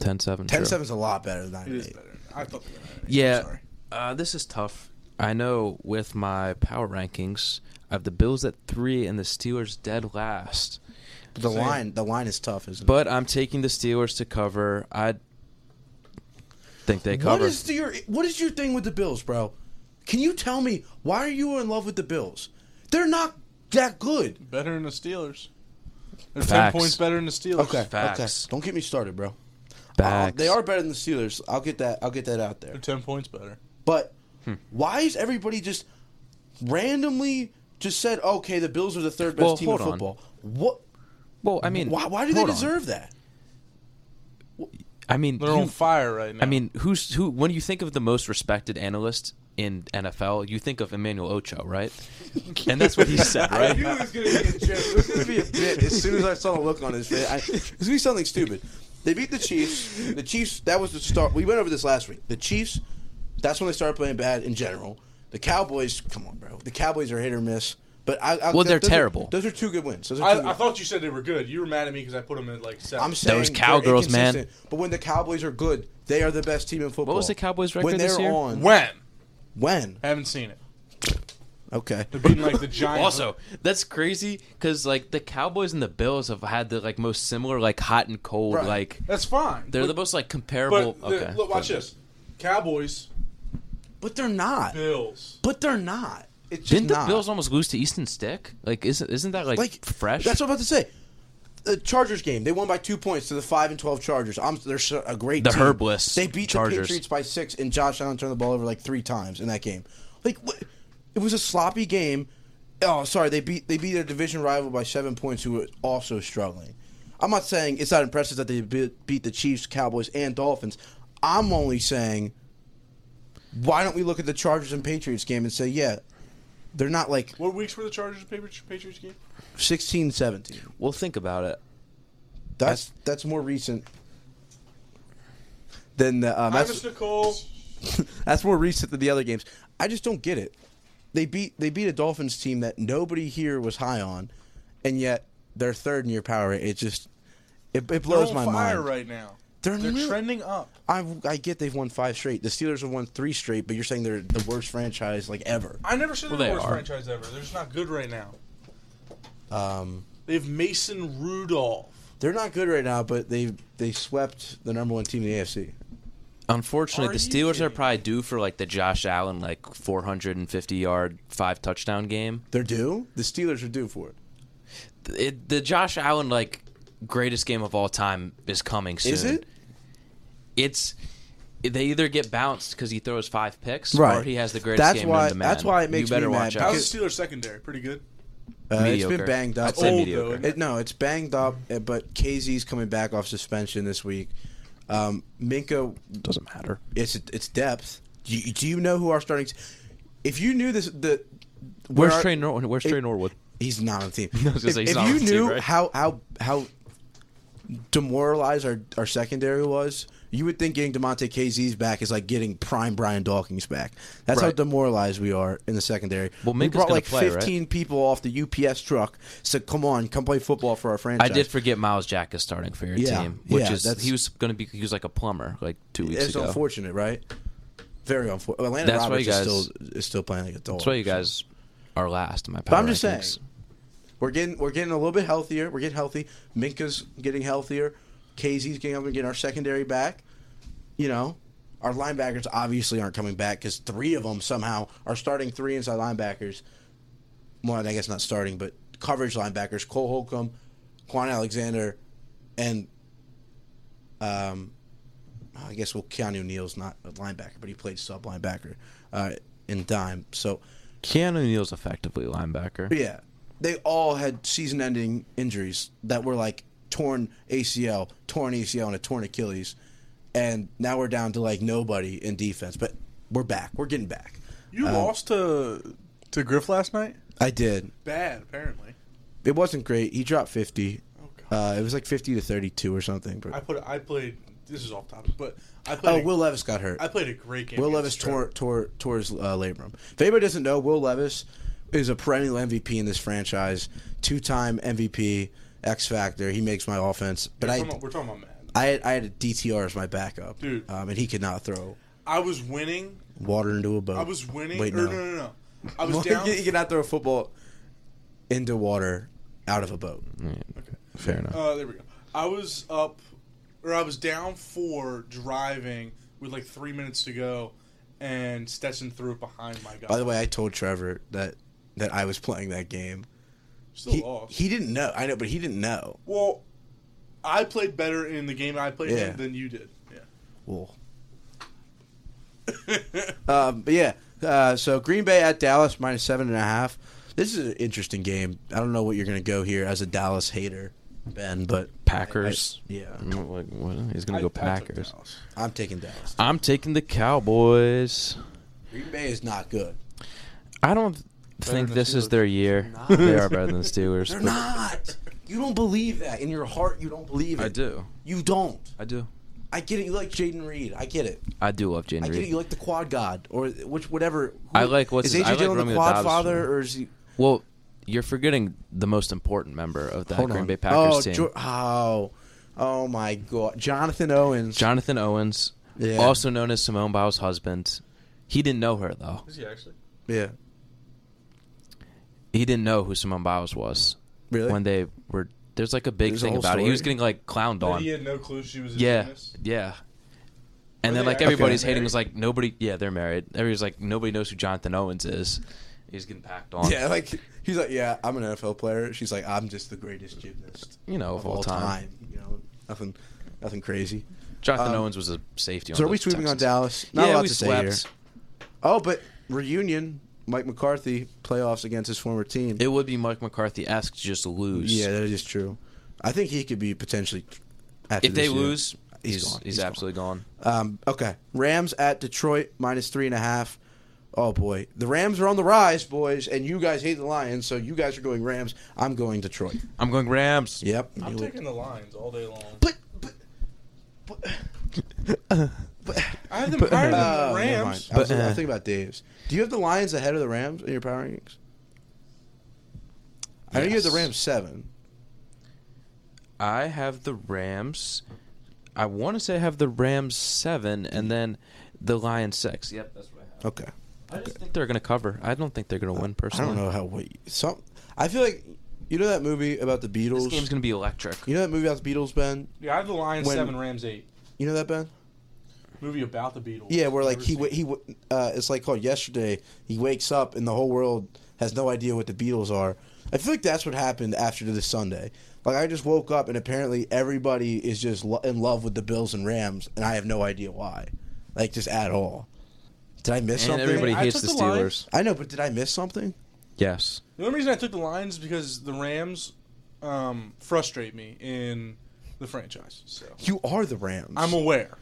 Speaker 3: Ten seven.
Speaker 2: Ten
Speaker 3: true.
Speaker 2: and seven's a lot better than nine
Speaker 1: It
Speaker 2: and
Speaker 1: is
Speaker 2: eight.
Speaker 1: better. I thought they were nine and eight.
Speaker 3: Yeah.
Speaker 1: I'm sorry.
Speaker 3: Uh, this is tough. I know with my power rankings, I have the Bills at three and the Steelers dead last.
Speaker 2: But the
Speaker 1: Same.
Speaker 2: line, the line is tough, isn't
Speaker 3: But I'm taking the Steelers to cover. I think they
Speaker 2: it?
Speaker 3: cover.
Speaker 2: What is the- your What is your thing with the Bills, bro? Can you tell me why are you in love with the Bills? They're not that good.
Speaker 1: Better than the Steelers. They're ten
Speaker 3: Facts.
Speaker 1: points better than the Steelers.
Speaker 2: Okay,
Speaker 3: Facts.
Speaker 2: okay. Don't get me started, bro. Uh,
Speaker 3: Facts.
Speaker 2: they are better than the Steelers. I'll get that. I'll get that out there.
Speaker 1: They're ten points better.
Speaker 2: But
Speaker 3: Hmm.
Speaker 2: why is everybody just randomly just said, okay, the Bills are the third best
Speaker 3: Well,
Speaker 2: team in
Speaker 3: hold on.
Speaker 2: football? What?
Speaker 3: Well, I mean,
Speaker 2: Why, why do they
Speaker 3: hold on.
Speaker 2: deserve that?
Speaker 3: I mean,
Speaker 1: They're
Speaker 3: you-
Speaker 1: on fire right now.
Speaker 3: I mean, who's who? When you think of the most respected analyst in NFL, you think of Emmanuel Ocho,
Speaker 2: *laughs*
Speaker 3: right? and that's what he said, right?
Speaker 2: knew it was going to be a joke. It was going to be a bit as soon as I saw the look on his face. I, it was going to be something stupid. They beat the Chiefs. The Chiefs, that was the start. We went over this last week. The Chiefs, that's when they started playing bad in general. The Cowboys, come on, bro. The Cowboys are hit or miss. But I, I,
Speaker 3: Well, they're
Speaker 2: those are-
Speaker 3: terrible.
Speaker 2: those are two good wins. Those are two
Speaker 1: I,
Speaker 2: good
Speaker 1: I
Speaker 2: wins.
Speaker 1: thought you said they were good. You were mad at me because I put them at like seven.
Speaker 2: I'm saying they're
Speaker 3: cowgirls, man.
Speaker 2: inconsistent. But when the Cowboys are good, they are the best team in football.
Speaker 3: was the Cowboys' record
Speaker 2: when they're
Speaker 3: this year?
Speaker 2: On, when?
Speaker 1: when haven't seen it.
Speaker 2: Okay.
Speaker 1: They're beating like the Giants.
Speaker 3: Also, that's crazy because like the Cowboys and the Bills have had the like most similar, like hot and cold,
Speaker 2: Right.
Speaker 3: like
Speaker 1: that's fine.
Speaker 3: they're
Speaker 1: But-
Speaker 3: the most like
Speaker 1: But
Speaker 3: comparable.
Speaker 1: the-
Speaker 3: okay,
Speaker 1: look, watch this. Cowboys,
Speaker 2: But they're not.
Speaker 1: Bills.
Speaker 2: But they're not. It's just
Speaker 3: Didn't the
Speaker 2: not.
Speaker 3: Bills almost lose to Easton Stick? Like, isn't isn't that like,
Speaker 2: like
Speaker 3: fresh?
Speaker 2: That's what I'm about to say. The Chargers game, they won by two points to the five and twelve Chargers. I'm, they're so- a great.
Speaker 3: The
Speaker 2: team.
Speaker 3: herbless
Speaker 2: They beat
Speaker 3: Chargers.
Speaker 2: the Patriots by six, and Josh Allen turned the ball over like three times in that game. Like what? it was a sloppy game. Oh, sorry, they beat they beat their division rival by seven points, who were also struggling. I'm not saying it's not impressive that they beat, beat the Chiefs, Cowboys, and Dolphins. I'm only saying, why don't we look at the Chargers and Patriots game and say, yeah, they're not like
Speaker 1: What weeks were the Chargers and Patri- Patriots game?
Speaker 2: 16, 17.
Speaker 3: well, think about it.
Speaker 2: That's that's more recent than the. Um,
Speaker 1: Travis
Speaker 2: that's,
Speaker 1: Nicole.
Speaker 2: *laughs* that's more recent than the other games. I just don't get it. They beat they beat a Dolphins team that nobody here was high on, and yet they're third in your power. It just it, it
Speaker 1: They're
Speaker 2: blows
Speaker 1: on
Speaker 2: my
Speaker 1: fire
Speaker 2: mind.
Speaker 1: right now.
Speaker 2: They're not-
Speaker 1: trending up.
Speaker 2: I I get they've won five straight. The Steelers have won three straight, but you're saying they're the worst franchise like ever.
Speaker 1: I never said
Speaker 3: Well,
Speaker 1: they're the
Speaker 3: they
Speaker 1: worst
Speaker 3: are.
Speaker 1: franchise ever. They're just not good right now.
Speaker 2: Um,
Speaker 1: They have Mason Rudolph.
Speaker 2: they're not good right now, but they they swept the number one team in the AFC.
Speaker 3: Unfortunately,
Speaker 1: Are
Speaker 3: the
Speaker 1: you
Speaker 3: Steelers are
Speaker 1: kidding?
Speaker 3: probably due for like the Josh Allen like 450 yard five touchdown game.
Speaker 2: They're due. The Steelers are due for it.
Speaker 3: It, the Josh Allen like greatest game of all time is coming soon.
Speaker 2: Is it?
Speaker 3: It's they either get bounced because he throws five picks, or
Speaker 2: Right.
Speaker 3: he has the greatest
Speaker 2: That's
Speaker 3: game
Speaker 2: why-
Speaker 3: known to man.
Speaker 2: that's why it makes
Speaker 3: you better
Speaker 2: me
Speaker 3: watch
Speaker 2: mad,
Speaker 3: out.
Speaker 1: How's
Speaker 2: because-
Speaker 1: the Steelers secondary? Pretty good.
Speaker 2: Uh, it's been
Speaker 3: Mediocre.
Speaker 2: banged up. Oh,
Speaker 3: I'd say
Speaker 1: Old,
Speaker 3: mediocre.
Speaker 1: though.
Speaker 2: It, no, it's banged up, uh, but KZ's coming back off suspension this week. Um, Minka,
Speaker 3: Doesn't matter.
Speaker 2: it's it's depth. Do you, do you know who our starting? If you knew this, the
Speaker 3: Where's
Speaker 2: our-
Speaker 3: Trey Nor- Where's Trey
Speaker 2: it-
Speaker 3: Norwood?
Speaker 2: He's not on
Speaker 3: *laughs*
Speaker 2: the team.
Speaker 3: I was gonna
Speaker 2: if
Speaker 3: say, he's
Speaker 2: if
Speaker 3: not
Speaker 2: you
Speaker 3: on the team,
Speaker 2: knew
Speaker 3: right?
Speaker 2: how how how demoralized our, our secondary was, you would think getting Demonte KZ's back is like getting prime Brian Dawkins back. That's how
Speaker 3: Right.
Speaker 2: demoralized we are in the secondary.
Speaker 3: Well,
Speaker 2: we
Speaker 3: Minka's
Speaker 2: brought
Speaker 3: gonna
Speaker 2: like
Speaker 3: play, right?
Speaker 2: 15 people off the UPS truck. Said, "Come on, come play football for our
Speaker 3: I
Speaker 2: franchise."
Speaker 3: did forget Miles Jack is starting for your
Speaker 2: Yeah,
Speaker 3: team, which
Speaker 2: yeah,
Speaker 3: is
Speaker 2: that's-
Speaker 3: he was going to be he was like a plumber like two weeks
Speaker 2: It's
Speaker 3: ago.
Speaker 2: unfortunate, right? Very unfortunate. Atlanta
Speaker 3: That's why
Speaker 2: Roberts
Speaker 3: you guys-
Speaker 2: is still is still playing like a dog.
Speaker 3: That's why you guys are last in my power
Speaker 2: But I'm just saying,
Speaker 3: rankings.
Speaker 2: we're getting we're getting a little bit healthier. We're getting healthy. Minka's getting healthier. KZ's getting up and getting our secondary back. You know, our linebackers obviously aren't coming back because three of them somehow are starting three inside linebackers. Well, I guess not starting, but coverage linebackers: Cole Holcomb, Quan Alexander, and um, I guess well, Keanu Neal's not a linebacker, but he played sub linebacker uh, in dime. So
Speaker 3: Keanu Neal's effectively linebacker.
Speaker 2: yeah. They all had season ending injuries that were like torn ACL, torn ACL, and a torn Achilles. And now we're down to like nobody in defense, but we're back. We're getting back.
Speaker 1: You
Speaker 2: Um,
Speaker 1: lost to to Griff last night.
Speaker 2: I did.
Speaker 1: Bad, apparently.
Speaker 2: It wasn't great. He dropped 50.
Speaker 1: Oh god.
Speaker 2: Uh, it was like 50 to 32 or something. But,
Speaker 1: I put. I played. This is off topic, but I
Speaker 2: oh,
Speaker 1: played. a,
Speaker 2: Will Levis got hurt.
Speaker 1: I played a great game.
Speaker 2: Will Levis
Speaker 1: against Detroit.
Speaker 2: tore, tore, tore his uh, labrum. If anybody doesn't know, Will Levis is a perennial MVP in this franchise, two time MVP, X Factor. He makes my offense. But
Speaker 1: We're
Speaker 2: I.
Speaker 1: talking about- we're talking about Madden.
Speaker 2: I had, I had a DTR as my backup,
Speaker 1: Dude.
Speaker 2: Um, and he could not throw
Speaker 1: I was winning.
Speaker 2: water into a boat.
Speaker 1: I was winning.
Speaker 2: Oh, Wait,
Speaker 1: or
Speaker 2: no.
Speaker 1: no, no, no, no. I
Speaker 2: *laughs*
Speaker 1: was down.
Speaker 2: he cannot throw a football into water out of a boat.
Speaker 1: Okay.
Speaker 3: Fair enough.
Speaker 1: Uh, there we go. I was up, or I was down four driving with like three minutes to go, and Stetson threw it behind my guy.
Speaker 2: By the way, I told Trevor that that I was playing that game.
Speaker 1: still
Speaker 2: He,
Speaker 1: lost.
Speaker 2: he didn't know. I know, but he didn't know.
Speaker 1: well, I played better in the game I played in
Speaker 2: Yeah.
Speaker 1: than you did. Yeah. *laughs*
Speaker 2: Well, um, but yeah, uh, so Green Bay at Dallas minus seven and a half. This is an interesting game. I don't know what you're going to go here as a Dallas hater, Ben, but
Speaker 3: Packers.
Speaker 2: I- yeah.
Speaker 3: Mm, Like, what? He's going
Speaker 1: I- I
Speaker 3: to go
Speaker 1: took
Speaker 3: Packers.
Speaker 1: Dallas.
Speaker 2: I'm taking Dallas.
Speaker 3: I'm taking the Cowboys.
Speaker 2: Green Bay is not good.
Speaker 3: I don't think
Speaker 1: than
Speaker 3: this is
Speaker 1: Steelers.
Speaker 3: their year.
Speaker 2: *laughs*
Speaker 3: They are better than the Steelers.
Speaker 2: They're
Speaker 3: but
Speaker 2: not. You don't believe that in your heart. You don't believe it.
Speaker 3: I do.
Speaker 2: You don't.
Speaker 3: I do.
Speaker 2: I get it. You like Jaden Reed. I get it.
Speaker 3: I do love Jane
Speaker 2: I get it.
Speaker 3: Reed.
Speaker 2: You like the Quad God or which whatever.
Speaker 3: I like what's
Speaker 2: is
Speaker 3: his-
Speaker 2: AJ
Speaker 3: I like
Speaker 2: Dillon the
Speaker 3: Romeo
Speaker 2: Quad
Speaker 3: Dobbs.
Speaker 2: Father or is he?
Speaker 3: Well, you're forgetting the most important member of that Green Bay Packers
Speaker 2: oh,
Speaker 3: team.
Speaker 2: Jo- oh, oh my God, Jonathan Owens.
Speaker 3: Jonathan Owens,
Speaker 2: Yeah.
Speaker 3: also known as Simone Biles' husband. He didn't know her though.
Speaker 1: Is he actually?
Speaker 2: yeah,
Speaker 3: He didn't know who Simone Biles was
Speaker 2: really.
Speaker 3: when they were. There's like a big
Speaker 2: There's a
Speaker 3: thing
Speaker 2: whole
Speaker 3: about it. He was
Speaker 2: story?
Speaker 3: getting like clowned
Speaker 1: That
Speaker 3: on.
Speaker 1: He had no clue she was. A
Speaker 3: Yeah,
Speaker 1: gymnast?
Speaker 3: yeah. And
Speaker 1: Are
Speaker 2: Oh,
Speaker 3: then
Speaker 1: they
Speaker 3: like
Speaker 1: actually
Speaker 3: everybody's
Speaker 1: married?
Speaker 3: hating was like nobody. Yeah, they're married. Everybody's like nobody knows who Jonathan Owens is. He's getting packed on.
Speaker 2: yeah, like he's like, yeah, I'm an NFL player. She's like, I'm just the greatest gymnast
Speaker 3: you know of, all, time.
Speaker 2: You know, nothing, nothing crazy.
Speaker 3: Jonathan
Speaker 2: Um,
Speaker 3: Owens was a safety.
Speaker 2: So
Speaker 3: on
Speaker 2: are we
Speaker 3: the
Speaker 2: sweeping on
Speaker 3: Texans.
Speaker 2: Dallas? Not a
Speaker 3: yeah,
Speaker 2: lot
Speaker 3: we
Speaker 2: to
Speaker 3: swept.
Speaker 2: say here. Oh, but reunion, Mike McCarthy playoffs against his former team.
Speaker 3: It would be Mike McCarthy esque to just lose.
Speaker 2: yeah, that is true. I think he could be potentially. After
Speaker 3: If they
Speaker 2: this year.
Speaker 3: lose,
Speaker 2: He's
Speaker 3: he's he's,
Speaker 2: gone. He's gone.
Speaker 3: absolutely gone.
Speaker 2: Um, okay, Rams at Detroit minus three and a half. Oh boy, the Rams are on the rise, boys, and you guys hate the Lions, so you guys are going Rams. I'm going Detroit.
Speaker 3: I'm going Rams.
Speaker 2: Yep.
Speaker 1: I'm taking the lines all day long.
Speaker 2: but, but, but,
Speaker 1: I have them higher than
Speaker 2: uh,
Speaker 1: the
Speaker 2: never
Speaker 1: Rams.
Speaker 2: mind. I was,
Speaker 3: But,
Speaker 2: I
Speaker 3: uh,
Speaker 2: was thinking about Dave's. Do you have the Lions ahead of the Rams in your power rankings? I know you have the
Speaker 3: Yes.
Speaker 2: Rams seven.
Speaker 3: I have the Rams. I want to say I have the Rams seven, and then the Lions six. Yep, that's what I have.
Speaker 2: Okay.
Speaker 3: I just think they're going to cover. I don't think they're going to win personally.
Speaker 2: I don't know how. Wait, some. I feel like you know that movie about the
Speaker 3: This
Speaker 2: Beatles.
Speaker 3: game's going to be electric.
Speaker 2: you know that movie about the Beatles, Ben.
Speaker 1: Yeah, I have the Lions
Speaker 2: When-
Speaker 1: seven, Rams eight.
Speaker 2: You know that Ben?
Speaker 1: Movie about the Beatles.
Speaker 2: Yeah, where like
Speaker 1: Never
Speaker 2: he
Speaker 1: seen
Speaker 2: wa-
Speaker 1: it.
Speaker 2: he wa- uh, it's like called yesterday. He wakes up and the whole world has no idea what the Beatles are. I feel like that's what happened after this Sunday. Like I just woke up and apparently everybody is just lo- in love with the Bills and Rams, and I have no idea why. like just at all. Did I miss
Speaker 3: And
Speaker 2: something?
Speaker 3: everybody
Speaker 1: I
Speaker 3: hates the
Speaker 1: took the line.
Speaker 3: Steelers.
Speaker 2: I know, but did I miss something?
Speaker 3: Yes.
Speaker 1: The only reason I took the Lions is because the Rams um, frustrate me in the franchise. So
Speaker 2: You are the Rams.
Speaker 1: I'm aware.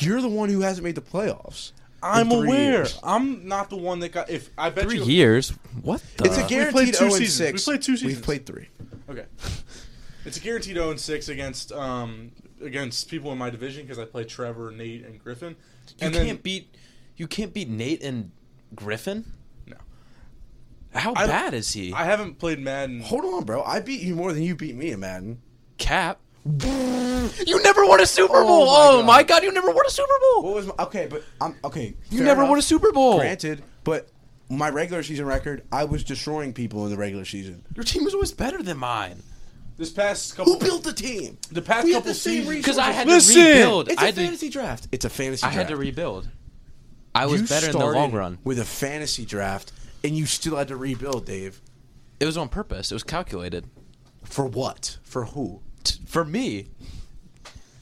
Speaker 2: You're the one who hasn't made the playoffs.
Speaker 1: I'm
Speaker 2: three
Speaker 1: aware.
Speaker 2: years.
Speaker 1: I'm not the one that got. If I bet
Speaker 3: Three
Speaker 1: you,
Speaker 3: years? What the?
Speaker 2: It's a
Speaker 1: game-
Speaker 2: guaranteed
Speaker 1: played two
Speaker 2: 0 and
Speaker 1: seasons. We
Speaker 2: 6.
Speaker 1: played two
Speaker 2: We've
Speaker 1: seasons.
Speaker 2: played three.
Speaker 1: Okay. It's a guaranteed 0 and 6 against um, against people in my division because I play Trevor, Nate, and Griffin.
Speaker 3: you
Speaker 1: and
Speaker 3: can't beat. You can't beat Nate and Griffin.
Speaker 1: No.
Speaker 3: How
Speaker 1: I-
Speaker 3: bad is he?
Speaker 1: I haven't played Madden.
Speaker 2: Hold on, bro. I beat you more than you beat me in Madden.
Speaker 3: Cap. You never won a Super Bowl.
Speaker 2: my
Speaker 3: Oh my God! You never won a Super Bowl.
Speaker 2: What was my okay? But I'm okay.
Speaker 3: You
Speaker 2: fair
Speaker 3: never won a
Speaker 2: enough.
Speaker 3: Super Bowl.
Speaker 2: Granted, but my regular season record, I was destroying people in the regular season.
Speaker 3: Your team was always better than mine.
Speaker 1: This past couple.
Speaker 2: Who built the team?
Speaker 1: The past
Speaker 2: We had
Speaker 1: couple
Speaker 2: the same
Speaker 1: seasons.
Speaker 2: resources.
Speaker 3: Because I had
Speaker 1: Listen!
Speaker 3: to rebuild.
Speaker 2: It's
Speaker 3: I
Speaker 2: a
Speaker 3: had to-
Speaker 2: fantasy draft. It's a fantasy.
Speaker 3: I had
Speaker 2: draft.
Speaker 3: to rebuild. I was
Speaker 2: You
Speaker 3: better in the
Speaker 2: started
Speaker 3: long run.
Speaker 2: with a fantasy draft, and you still had to rebuild, Dave.
Speaker 3: It was on purpose. It was calculated.
Speaker 2: For what? For who?
Speaker 3: T- For me.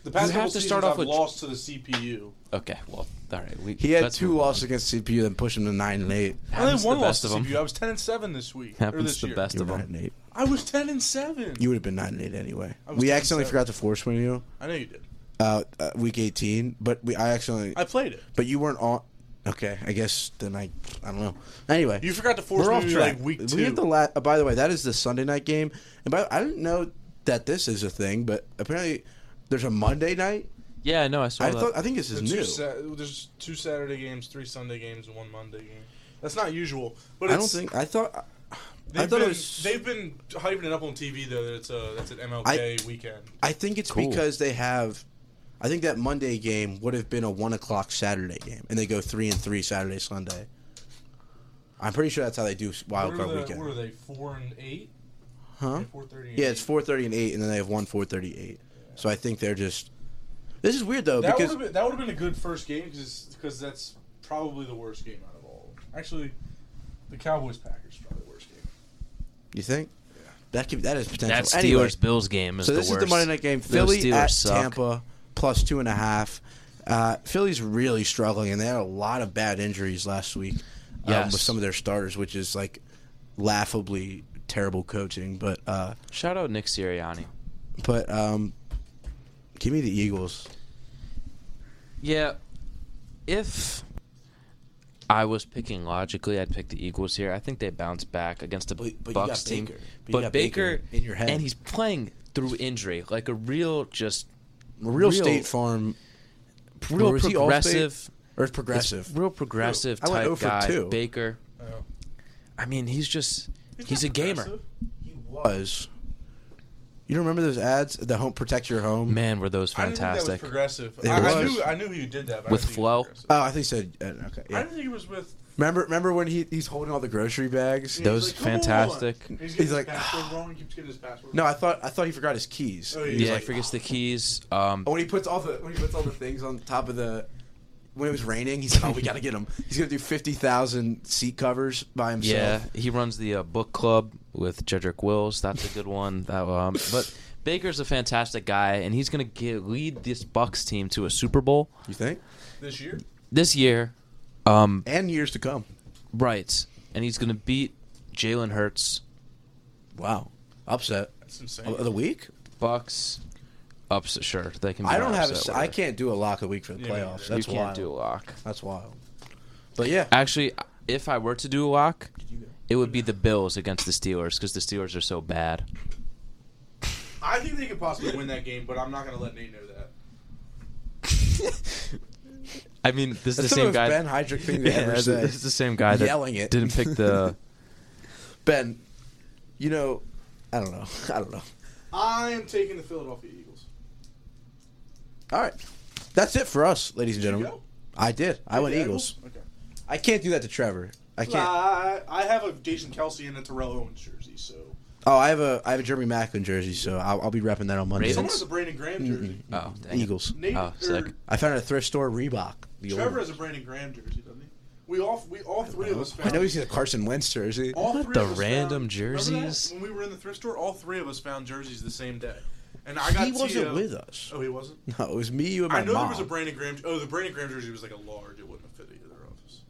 Speaker 1: The past couple
Speaker 3: You have to
Speaker 1: seasons
Speaker 3: start off
Speaker 1: I've
Speaker 3: with-
Speaker 1: lost to the CPU.
Speaker 3: Okay. Well. All right. We,
Speaker 2: He had
Speaker 3: let's
Speaker 2: two
Speaker 3: move on.
Speaker 2: losses agaest CPU, then pushed him to nine and eight.
Speaker 1: I
Speaker 3: Happens
Speaker 1: only
Speaker 3: to
Speaker 1: one
Speaker 3: the
Speaker 1: loss
Speaker 3: best
Speaker 1: to
Speaker 3: of
Speaker 1: the
Speaker 3: them.
Speaker 1: CPU. I was 10 and 7 this week. or
Speaker 3: Happens
Speaker 1: this
Speaker 3: to the
Speaker 1: year.
Speaker 3: best
Speaker 2: You were
Speaker 3: of
Speaker 2: nine
Speaker 3: them.
Speaker 2: and eight.
Speaker 1: I was 10 and 7.
Speaker 2: You would have been nine and eight anyway.
Speaker 1: was
Speaker 2: We
Speaker 1: ten and
Speaker 2: accidentally
Speaker 1: seven.
Speaker 2: forgot to force swing you
Speaker 1: I know you did.
Speaker 2: uh, uh, week eighteen, but we I accidentally.
Speaker 1: I played it.
Speaker 2: But you weren't on. Okay, I guess then I I don't know. Anyway,
Speaker 1: You forgot to force
Speaker 2: we're
Speaker 1: me
Speaker 2: off
Speaker 1: to
Speaker 2: track.
Speaker 1: like week
Speaker 2: We
Speaker 1: two.
Speaker 2: hit the la- uh, by the way, that is the Sunday night game, and by, I didn't know that this is a thing, but apparently there's a Monday night.
Speaker 3: Yeah. No. I saw
Speaker 2: I
Speaker 3: that.
Speaker 2: thought I think this is
Speaker 1: There's
Speaker 2: new.
Speaker 1: two Sa- there's two Saturday games, three Sunday games, and one Monday game. That's not usual. But
Speaker 2: I
Speaker 1: it's,
Speaker 2: don't think I thought.
Speaker 1: they've
Speaker 2: I thought
Speaker 1: been
Speaker 2: it was.
Speaker 1: they've been hyping it up on TV though that it's a that's an MLK weekend.
Speaker 2: I think it's
Speaker 3: Cool.
Speaker 2: because they have. I think that Monday game would have been a one o'clock Saturday game, and they go three and three Saturday Sunday. I'm pretty sure that's how they do
Speaker 1: What
Speaker 2: wild
Speaker 1: are,
Speaker 2: card
Speaker 1: the,
Speaker 2: weekend,
Speaker 1: what are they? Four and eight.
Speaker 2: huh?
Speaker 1: Four thirty.
Speaker 2: Yeah, it's four thirty and eight, and then they have one four thirty eight. So I think they're just. This is weird though
Speaker 1: That would
Speaker 2: because
Speaker 1: have been, that would have been a good first game because that's probably the worst game out of all. of them. Actually, the Cowboys Packers probably the worst game.
Speaker 2: you think that could that is potential.
Speaker 3: That Steelers
Speaker 2: Anyway,
Speaker 3: Bills game is
Speaker 2: so
Speaker 3: the
Speaker 2: this
Speaker 3: worst.
Speaker 2: is the Monday night game.
Speaker 3: Those
Speaker 2: Philly
Speaker 3: Steelers
Speaker 2: at
Speaker 3: suck.
Speaker 2: Tampa plus two and a half. Uh, Philly's really struggling, and they had a lot of bad injuries last week um,
Speaker 3: Yes.
Speaker 2: with some of their starters, which is like laughably terrible coaching. But uh,
Speaker 3: Shout out Nick Sirianni.
Speaker 2: but um, give me the Eagles.
Speaker 3: Yeah. If I was picking logically, I'd pick the Eagles here. I think they bounce back against the
Speaker 2: But- but you
Speaker 3: Bucks
Speaker 2: got
Speaker 3: team.
Speaker 2: Baker. But you
Speaker 3: But
Speaker 2: got
Speaker 3: Baker,
Speaker 2: Baker in your head.
Speaker 3: and he's playing through injury, like a real just
Speaker 2: A real, State Farm
Speaker 3: real
Speaker 2: Or is he Allstate?
Speaker 3: progressive,
Speaker 2: or progressive.
Speaker 3: real progressive
Speaker 2: I went
Speaker 3: type
Speaker 2: 0 for
Speaker 3: guy.
Speaker 2: 2.
Speaker 3: Baker.
Speaker 1: Oh.
Speaker 3: I mean, he's just he's, a
Speaker 1: not
Speaker 3: gamer.
Speaker 1: progressive.
Speaker 2: He was. You don't remember those ads? The home protect your home.
Speaker 3: Man, were those
Speaker 1: I didn't think that was
Speaker 3: fantastic.
Speaker 1: progressive.
Speaker 2: It
Speaker 1: I, I
Speaker 2: was.
Speaker 1: knew I knew he did that but I
Speaker 3: With
Speaker 1: didn't think it
Speaker 3: flow?
Speaker 1: was progressive.
Speaker 2: Oh, I think so. Uh, okay.
Speaker 1: I
Speaker 2: Yeah.
Speaker 1: didn't think it was with.
Speaker 2: Remember, remember when he, he's holding all the grocery bags?
Speaker 1: He's
Speaker 3: Those
Speaker 1: like, "Come on."
Speaker 3: fantastic-
Speaker 1: And He's,
Speaker 2: He's
Speaker 1: getting his
Speaker 2: like, ah.
Speaker 1: password wrong. He keeps getting his password.
Speaker 2: No,
Speaker 1: wrong.
Speaker 2: I thought I thought he forgot his keys.
Speaker 1: Oh,
Speaker 2: He was
Speaker 1: He's
Speaker 3: Yeah,
Speaker 2: like-
Speaker 3: he forgets the keys. Um,
Speaker 2: Oh, when he puts all the when he puts all the things on top of the when it was raining, he's like, "Oh, we gotta get him. He's gonna do fifty thousand seat covers by himself."
Speaker 3: Yeah, he runs the uh, book club with Jedrick Wills. That's a good one. That, um, but Baker's a fantastic guy, and he's going to lead this Bucks team to a Super Bowl
Speaker 2: you think?
Speaker 1: this year.
Speaker 3: this year. Um,
Speaker 2: And years to come.
Speaker 3: right, and he's going to beat Jalen Hurts.
Speaker 2: Wow, upset
Speaker 1: That's insane.
Speaker 2: of Oh, the week.
Speaker 3: Bucks upset. Sure, they can. Be
Speaker 2: I don't have. A,
Speaker 3: upset,
Speaker 2: s- I
Speaker 3: whatever.
Speaker 2: can't do a lock of the week for the
Speaker 1: Yeah, me neither.
Speaker 2: playoffs.
Speaker 1: You
Speaker 2: That's
Speaker 3: you can't
Speaker 2: wild.
Speaker 3: do a lock.
Speaker 2: That's wild. But
Speaker 3: *laughs*
Speaker 2: yeah,
Speaker 3: Actually, if I were to do a lock, it would be the Bills against the Steelers because the Steelers are so bad.
Speaker 1: I think they could possibly win that game, but I'm not going to let Nate know that.
Speaker 3: I mean, this is
Speaker 2: That's
Speaker 3: the same
Speaker 2: most
Speaker 3: guy.
Speaker 2: Ben Heydrich
Speaker 3: *laughs*
Speaker 2: thing to
Speaker 3: Yeah,
Speaker 2: ever
Speaker 3: this,
Speaker 2: say.
Speaker 3: this is the same guy that
Speaker 2: Yelling it.
Speaker 3: didn't pick the.
Speaker 2: Ben, you know, I don't know. *laughs* I don't know.
Speaker 1: I am taking the Philadelphia Eagles.
Speaker 2: All right, that's it for us, ladies and
Speaker 1: Did you
Speaker 2: gentlemen.
Speaker 1: go?
Speaker 2: I did. I went
Speaker 1: The
Speaker 2: Eagles.
Speaker 1: Okay.
Speaker 2: I can't do that to Trevor. I can't.
Speaker 1: I, I have a Jason Kelsey and a Terrell Owens jersey, so
Speaker 2: Oh, I have a I have a Jeremy Macklin jersey, so I'll, I'll be repping that on Monday.
Speaker 1: someone
Speaker 3: Ravens?
Speaker 1: has a Brandon Graham jersey.
Speaker 3: Oh, dang it.
Speaker 2: Eagles.
Speaker 1: Nate
Speaker 3: Oh,
Speaker 1: or
Speaker 3: sick.
Speaker 2: I found it at a thrift store Reebok. The old
Speaker 1: Trevor
Speaker 2: one.
Speaker 1: has a Brandon Graham jersey, doesn't he? We all we all three of us.
Speaker 2: I
Speaker 1: Found,
Speaker 2: know he's got a Carson Wentz jersey.
Speaker 1: all three
Speaker 3: the
Speaker 1: of us
Speaker 3: random
Speaker 1: found- remember that?
Speaker 3: jerseys?
Speaker 1: When we were in the thrift store, all three of us found jerseys the same day. And I got
Speaker 2: he wasn't
Speaker 1: Tio-
Speaker 2: with us.
Speaker 1: Oh, he wasn't.
Speaker 2: *laughs* No, it was me, you, and my
Speaker 1: I know
Speaker 2: mom.
Speaker 1: there was a Brandon Graham. Oh, the Brandon Graham jersey was like a large. It wouldn't have fit either office.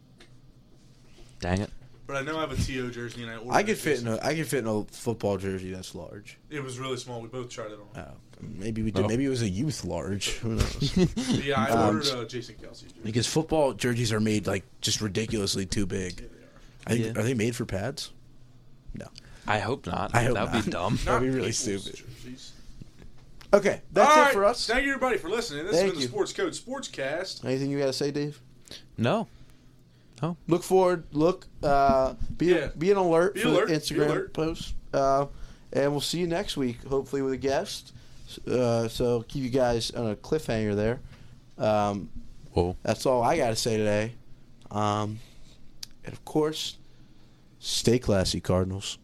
Speaker 3: Dang it.
Speaker 1: But I know I have a To jersey, and I ordered.
Speaker 2: I could
Speaker 1: could
Speaker 2: fit in a I could fit in a football jersey that's large.
Speaker 1: It was really small. We both tried it on.
Speaker 2: Oh, maybe we did.
Speaker 3: Oh.
Speaker 2: Maybe it was a youth large. *laughs* Who knows?
Speaker 1: But yeah, I
Speaker 2: Um,
Speaker 1: ordered uh, Jason Kelsey jersey.
Speaker 2: because football jerseys are made like just ridiculously too big.
Speaker 1: Yeah, they are.
Speaker 2: I think,
Speaker 3: Yeah.
Speaker 2: Are they made for pads?
Speaker 3: I hope not.
Speaker 2: I hope
Speaker 3: That'd
Speaker 2: not.
Speaker 3: be dumb.
Speaker 2: That'd be really
Speaker 1: people's
Speaker 2: stupid.
Speaker 1: jerseys.
Speaker 2: Okay, that's
Speaker 1: All
Speaker 2: it
Speaker 1: right.
Speaker 2: for us.
Speaker 1: Thank you everybody for listening. This
Speaker 2: Thank
Speaker 1: has been
Speaker 2: you.
Speaker 1: the Sports Code Sportscast.
Speaker 2: Anything you got to say, Dave?
Speaker 3: No.
Speaker 2: Look forward. Look. Uh, be
Speaker 1: Yeah.
Speaker 2: be an alert
Speaker 1: Be
Speaker 2: for
Speaker 1: alert,
Speaker 2: the
Speaker 1: be
Speaker 2: Instagram
Speaker 1: alert.
Speaker 2: post, uh, and we'll see you next week. Hopefully with a guest. Uh, so keep you guys on a cliffhanger there. Um,
Speaker 3: Whoa.
Speaker 2: That's all I got to say today. Um, and of course, stay classy, Cardinals.